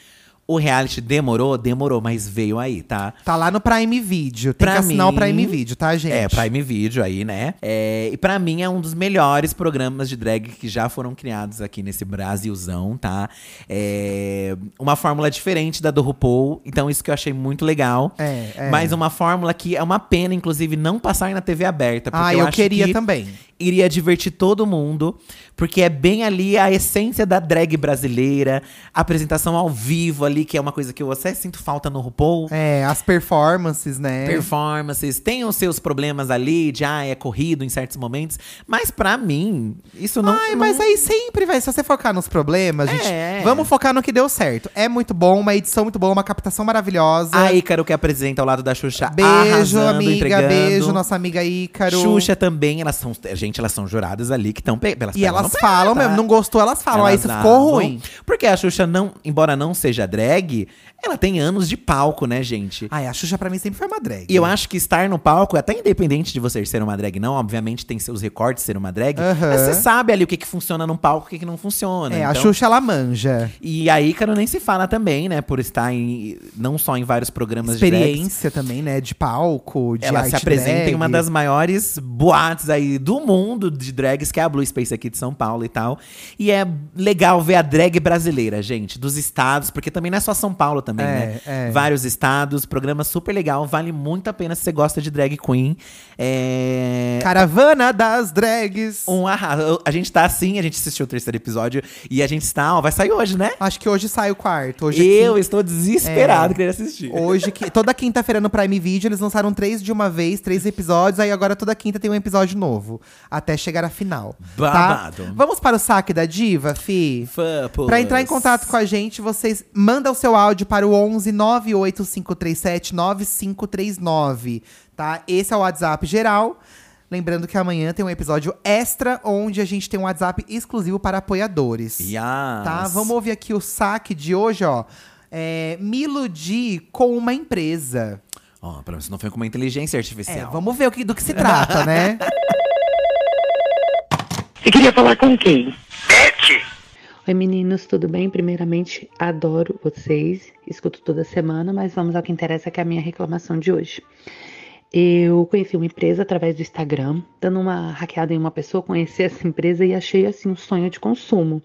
o reality demorou, demorou, mas veio aí, tá? Tá lá no Prime Video. Tem Pra que assinar mim, o Prime Video, tá, gente? É, Prime Video aí, né? É, e pra mim é um dos melhores programas de drag que já foram criados aqui nesse Brasilzão, tá? É uma fórmula diferente da do RuPaul, então isso que eu achei muito legal. É, é. Mas uma fórmula que é uma pena, inclusive, não passar na TV aberta. Porque Ah, eu, eu, acho queria que também. Iria divertir todo mundo, porque é bem ali a essência da drag brasileira, a apresentação ao vivo ali, que é uma coisa que eu até sinto falta no RuPaul É, as performances, né? performances, tem os seus problemas ali, de ah, é corrido em certos momentos. Mas pra mim, isso não. Ai, não- mas aí sempre, vai. Se você focar nos problemas, gente, É. vamos focar no que deu certo. É muito bom, uma edição muito boa, uma captação maravilhosa. A Ícaro que apresenta ao lado da Xuxa. beijo, arrasando, amiga. entregando. Beijo, nossa amiga Ícaro. Xuxa também, elas são. Gente, elas são juradas ali que estão. E elas falam mesmo, não gostou, elas falam. aí Elas isso ficou amam. ruim. Porque a Xuxa, não, embora não seja drag, ela tem anos de palco, né, gente? Ai, a Xuxa pra mim sempre foi uma drag. né? E eu acho que estar no palco, até independente de você ser uma drag, não, obviamente tem seus recortes ser uma drag, Aham. mas você sabe ali o que, que funciona num palco e o que, que não funciona. É, então, a Xuxa ela manja. E a Ícaro nem se fala também, né? Por estar em, não só em vários programas de drags. Experiência também, né? De palco, de Ela se arte apresenta drag. em uma das maiores boates aí do mundo de drags, que é a Blue Space aqui de São Paulo e tal. E é legal ver a drag brasileira, gente, dos estados, porque também não é só São Paulo também, É, né? é. Vários estados, programa super legal, vale muito a pena se você gosta de drag queen. É, Caravana das drags. Um arraso. A gente tá assim, a gente assistiu o terceiro episódio e a gente está, ó, vai sair hoje, né? Acho que hoje sai o quarto. Hoje é eu estou desesperado querendo assistir. Hoje, que, toda quinta-feira no Prime Video, eles lançaram três de uma vez, três episódios. Aí agora toda quinta tem um episódio novo. Até chegar à final. tá? Babado. Vamos para o saque da diva, Fi? Fapos. Pra entrar em contato com a gente, vocês mandam o seu áudio para o 11 98537 9539, tá? Esse é o WhatsApp geral. Lembrando que amanhã tem um episódio extra onde a gente tem um WhatsApp exclusivo para apoiadores. Yes. Tá, vamos ouvir aqui o saque de hoje, ó. É, me iludir com uma empresa. Ó, pelo menos não foi com uma inteligência É, artificial. vamos ver o que, do que se trata, né? Você queria falar com quem? Oi meninos, tudo bem? Primeiramente, adoro vocês, escuto toda semana, mas vamos ao que interessa, que é a minha reclamação de hoje. Eu conheci uma empresa através do Instagram, dando uma hackeada em uma pessoa, conheci essa empresa e achei assim um sonho de consumo.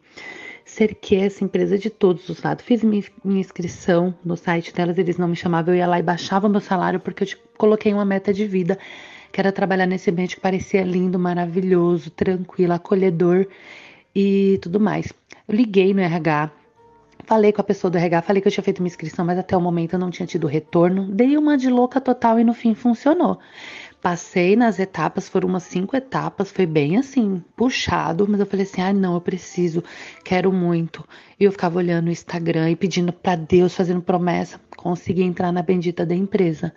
Cerquei essa empresa de todos os lados, fiz minha minha inscrição no site delas, eles não me chamavam, eu ia lá e baixava meu salário porque eu te- coloquei uma meta de vida, que era trabalhar nesse ambiente que parecia lindo, maravilhoso, tranquilo, acolhedor e tudo mais. Eu liguei no RH, falei com a pessoa do RH, falei que eu tinha feito uma inscrição, mas até o momento eu não tinha tido retorno. Dei uma de louca total e no fim funcionou. Passei nas etapas, foram umas cinco etapas, foi bem assim, puxado, mas eu falei assim: ah, não, eu preciso, quero muito. E eu ficava olhando o Instagram e pedindo pra Deus, fazendo promessa, consegui entrar na bendita da empresa.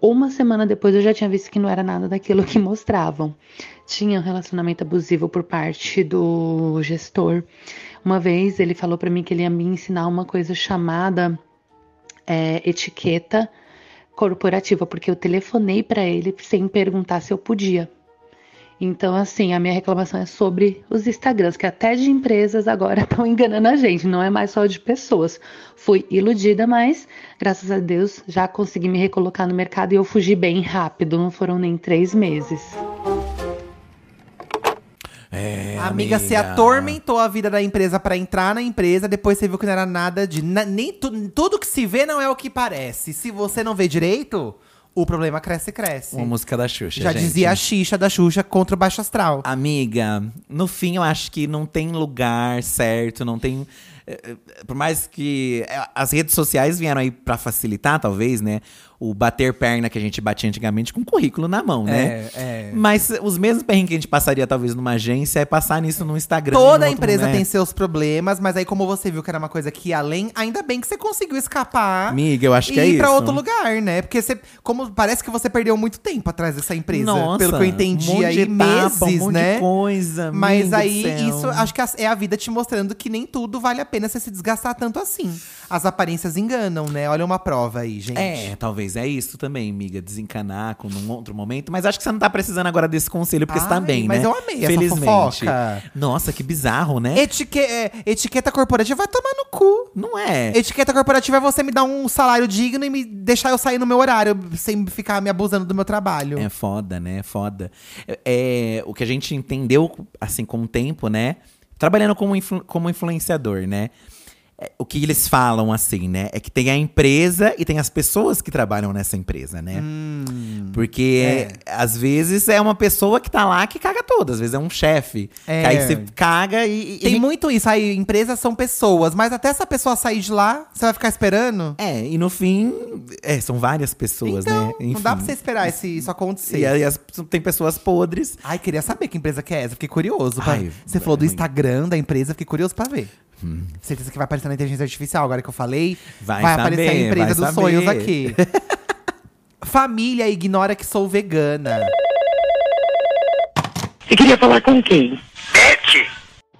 Uma semana depois eu já tinha visto que não era nada daquilo que mostravam. Tinha um relacionamento abusivo por parte do gestor. Uma vez ele falou pra mim que ele ia me ensinar uma coisa chamada é, etiqueta corporativa, porque eu telefonei para ele sem perguntar se eu podia. Então, assim, a minha reclamação é sobre os Instagrams, que até de empresas agora *laughs* estão enganando a gente, não é mais só de pessoas. Fui iludida, mas graças a Deus já consegui me recolocar no mercado e eu fugi bem rápido, não foram nem três meses. É, Amiga, você atormentou a vida da empresa pra entrar na empresa, depois você viu que não era nada de. na- nem tu- tudo que se vê não é o que parece. Se você não vê direito, o problema cresce e cresce. Uma música da Xuxa, Já gente. dizia a Xixa da Xuxa contra o Baixo Astral. Amiga, no fim eu acho que não tem lugar certo, não tem. eh, eh, Por mais que eh, as redes sociais vieram aí pra facilitar, talvez, né? O bater perna que a gente batia antigamente com o currículo na mão, né? É, é. Mas os mesmos perrengues que a gente passaria, talvez, numa agência, é passar nisso no Instagram. Toda num outro, empresa né? tem seus problemas, mas aí, como você viu que era uma coisa que ia além, ainda bem que você conseguiu escapar. Amiga, eu acho e que é ir pra isso. outro lugar, né? Porque você. Como parece que você perdeu muito tempo atrás dessa empresa. Nossa, pelo que eu entendi um monte aí, de etapa, um meses, monte né? De coisa, Mas amiga do aí, céu. isso acho que é a vida te mostrando que nem tudo vale a pena você se desgastar tanto assim. As aparências enganam, né? Olha uma prova aí, gente. É, talvez é isso também, amiga. Desencanar com um outro momento. Mas acho que você não tá precisando agora desse conselho, porque você tá Ai, bem, mas né? eu amei essa fofoca. Nossa, que bizarro, né? Etique- é, etiqueta corporativa vai tomar no cu. Não é. Etiqueta corporativa é você me dar um salário digno e me deixar eu sair no meu horário sem ficar me abusando do meu trabalho. É foda, né? É foda. É, é, o que a gente entendeu, assim, com o tempo, né? Trabalhando como, influ- como influenciador, né? É, O que eles falam, assim, né? É que tem a empresa e tem as pessoas que trabalham nessa empresa, né? Hum. Porque, é, às vezes, é uma pessoa que tá lá que caga toda. Às vezes é um chefe. É. Que aí você caga e… e- Tem e- muito isso aí, empresas são pessoas, mas até essa pessoa sair de lá, você vai ficar esperando? É, e no fim, é, são várias pessoas, então, né? não dá pra você esperar esse, isso acontecer. E aí as- tem pessoas podres Ai, queria saber que empresa que é essa. Fiquei curioso. pra- Ai, é Você falou do velho. Instagram da empresa, fiquei curioso pra ver. Certeza que vai aparecer na inteligência artificial, agora que eu falei. Vai saber, aparecer a empresa vai dos saber. sonhos *laughs* aqui. Família ignora que sou vegana. Você queria falar com quem?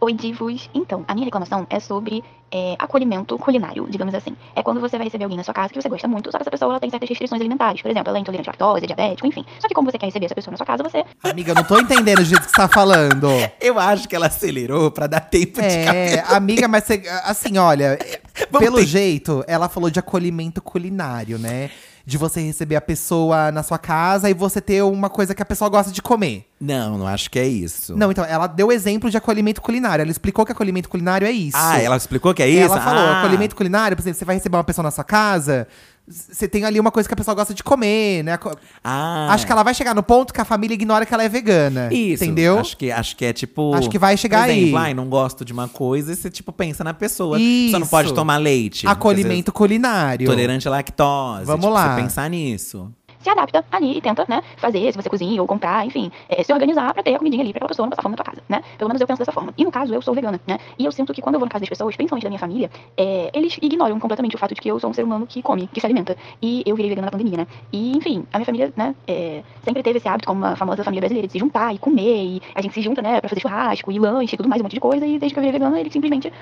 Oi, divos. Então, a minha reclamação é sobre é, acolhimento culinário, digamos assim. É quando você vai receber alguém na sua casa que você gosta muito, só que essa pessoa ela tem certas restrições alimentares. Por exemplo, ela é intolerante à lactose, é diabético, enfim. Só que como você quer receber essa pessoa na sua casa, você Amiga, eu não tô entendendo o jeito que você tá *laughs* falando. Eu acho que ela acelerou pra dar tempo de É, cabelo. amiga, mas você, assim, olha, *laughs* Vamos pelo ter- jeito, ela falou de acolhimento culinário, né? De você receber a pessoa na sua casa e você ter uma coisa que a pessoa gosta de comer. Não, não acho que é isso. Não, então, ela deu exemplo de acolhimento culinário. Ela explicou que acolhimento culinário é isso. Ah, ela explicou que é Ela isso? falou, ah. acolhimento culinário, por exemplo, você vai receber uma pessoa na sua casa, c- você tem ali uma coisa que a pessoa gosta de comer, né? Co- Ah. Acho que ela vai chegar no ponto que a família ignora que ela é vegana. Isso, Entendeu? Acho que, acho que é tipo. Acho que vai chegar por exemplo, aí. Ai, não gosto de uma coisa e você, tipo, pensa na pessoa. Você não Isso. pode tomar leite. Acolhimento Às culinário. vezes, Tolerante à lactose. Vamos tipo, lá. Você pensar nisso. se adapta ali e tenta, né, fazer, se você cozinha ou comprar, enfim, é, se organizar pra ter a comidinha ali pra aquela pessoa não passar fome na tua casa, né? Pelo menos eu penso dessa forma. E no caso, eu sou vegana, né? E eu sinto que quando eu vou na casa das pessoas, principalmente da minha família, é, eles ignoram completamente o fato de que eu sou um ser humano que come, que se alimenta. E eu virei vegana na pandemia, né? E, enfim, a minha família, né, é, sempre teve esse hábito, como uma famosa família brasileira, de se juntar e comer, e a gente se junta, né, pra fazer churrasco e lanche e tudo mais, um monte de coisa, e desde que eu virei vegana, ele simplesmente,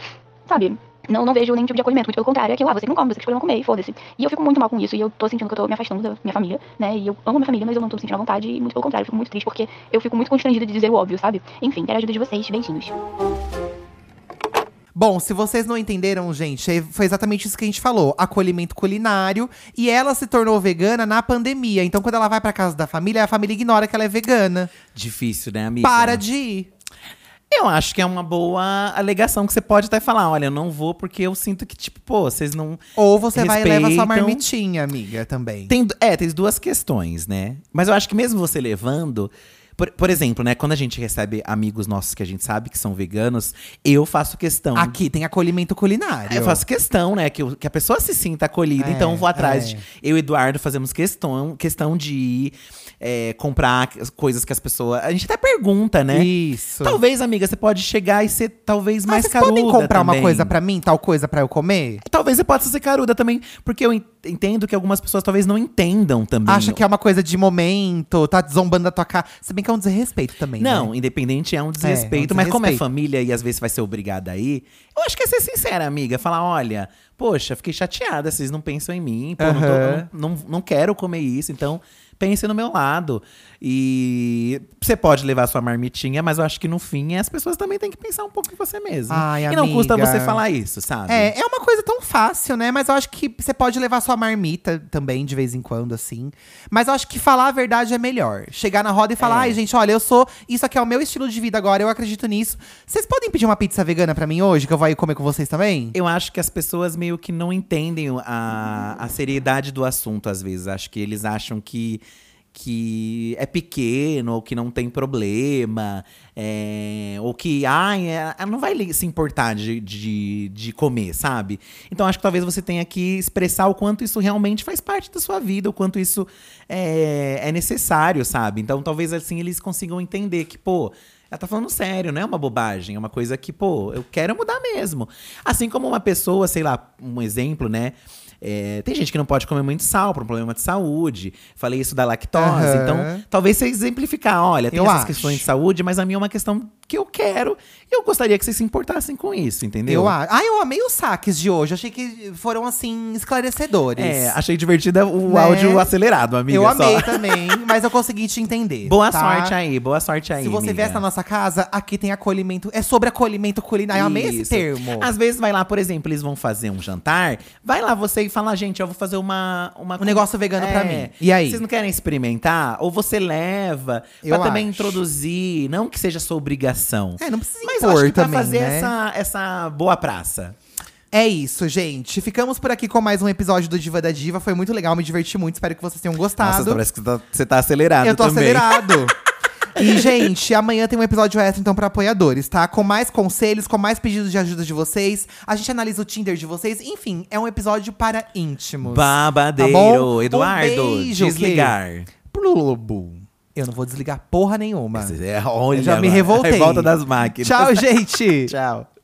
sabe, não, não vejo nenhum tipo de acolhimento, muito pelo contrário, é que lá você que não come, você que escolheu não comer, e foda-se. E eu fico muito mal com isso, e eu tô sentindo que eu tô me afastando da minha família, né? E eu amo a minha família, mas eu não tô me sentindo à vontade, e muito pelo contrário, eu fico muito triste, porque eu fico muito constrangida de dizer o óbvio, sabe? Enfim, quero a ajuda de vocês, beijinhos. Bom, se vocês não entenderam, gente, é, foi exatamente isso que a gente falou: acolhimento culinário. E ela se tornou vegana na pandemia. Então, quando ela vai pra casa da família, a família ignora que ela é vegana. Difícil, né, amiga? Para de ir. Eu acho que é uma boa alegação que você pode até falar: olha, eu não vou porque eu sinto que, tipo, pô, vocês não. Ou você vai e leva sua Respeitam. marmitinha, amiga, também. Tem, du- é, tem duas questões, né? Mas eu acho que mesmo você levando. Por, por exemplo, né? Quando a gente recebe amigos nossos que a gente sabe que são veganos, eu faço questão. Aqui tem acolhimento culinário. Eu faço questão, né? Que, o- que a pessoa se sinta acolhida. É, então, eu vou atrás. é. De, eu e Eduardo fazemos questão, questão de ir é, comprar as coisas que as pessoas. A gente até pergunta, né? Isso. Talvez, amiga, você pode chegar e ser talvez Mas mais Ah, vocês caruda. podem comprar uma também. coisa pra mim, tal coisa pra eu comer? Talvez você possa ser caruda também, porque eu, en- entendo que algumas pessoas talvez não entendam também. Acha que é uma coisa de momento, tá zombando da tua cara. Se bem que é um desrespeito também. né? Não, independente é um desrespeito, É, é um mas como é desrespeito. família e às vezes vai ser obrigada aí, eu acho que é ser sincera, amiga. Falar, olha, poxa, fiquei chateada, vocês não pensam em mim, pô, não, tô- Aham. não, não- não quero comer isso, então pense no meu lado. E você pode levar sua marmitinha, mas eu acho que no fim as pessoas também têm que pensar um pouco em você mesma. Ai, e não custa amiga. você falar isso, sabe? É, é uma coisa tão fácil, né? Mas eu acho que você pode levar sua marmita também, de vez em quando, assim. Mas eu acho que falar a verdade é melhor. Chegar na roda e É. falar, ai, gente, olha, eu sou. Isso aqui é o meu estilo de vida agora, eu acredito nisso. Vocês podem pedir uma pizza vegana pra mim hoje, que eu vou aí comer com vocês também? Eu acho que as pessoas meio que não entendem a, a seriedade do assunto, às vezes. Acho que eles acham que, que é pequeno, ou que não tem problema, é, ou que ai, é- ela não vai li- se importar de, de, de comer, sabe? Então acho que talvez você tenha que expressar o quanto isso realmente faz parte da sua vida, o quanto isso é, é necessário, sabe? Então talvez assim eles consigam entender que, pô. Ela tá falando sério, não é uma bobagem, é uma coisa que, pô, eu quero mudar mesmo. Assim como uma pessoa, sei lá, um exemplo, né? É, tem gente que não pode comer muito sal por um problema de saúde. Falei isso da lactose. Aham. Então, talvez você exemplificar, olha, tem Eu essas acho. questões de saúde, mas a minha é uma questão que eu quero e eu gostaria que vocês se importassem com isso, entendeu? Eu acho. Ah, eu amei os saques de hoje. Achei que foram, assim, esclarecedores. É, achei divertida o Né? áudio acelerado, amiga. eu só. amei também, mas eu consegui te entender. Boa tá? sorte aí, boa sorte aí. Se você amiga. viesse na nossa casa, aqui tem acolhimento. É sobre acolhimento culinário. Eu amei esse Isso. termo. Às vezes vai lá, por exemplo, eles vão fazer um jantar. Vai lá você e fala, gente, eu vou fazer uma… uma É. Um negócio vegano pra mim. E aí? Vocês não querem experimentar? Ou você leva Eu pra também acho. introduzir. Não que seja sua obrigação. É, não precisa Mas eu impor acho que também, pra fazer né? essa, essa boa praça. É isso, gente. Ficamos por aqui com mais um episódio do Diva da Diva. Foi muito legal, me diverti muito. Espero que vocês tenham gostado. Nossa, parece que você tá, você tá acelerado Eu tô também. *laughs* acelerado. E, gente, amanhã tem um episódio extra, então, pra apoiadores, tá? Com mais conselhos, com mais pedidos de ajuda de vocês. A gente analisa o Tinder de vocês. Enfim, é um episódio para íntimos. Babadeiro, Tá bom? Um Eduardo, beijo, desligar. Plubo. Eu não vou desligar porra nenhuma. É, olha, Tá. Já me mano, *laughs* revoltei. Revolta das máquinas. Tchau, gente! *laughs* Tchau.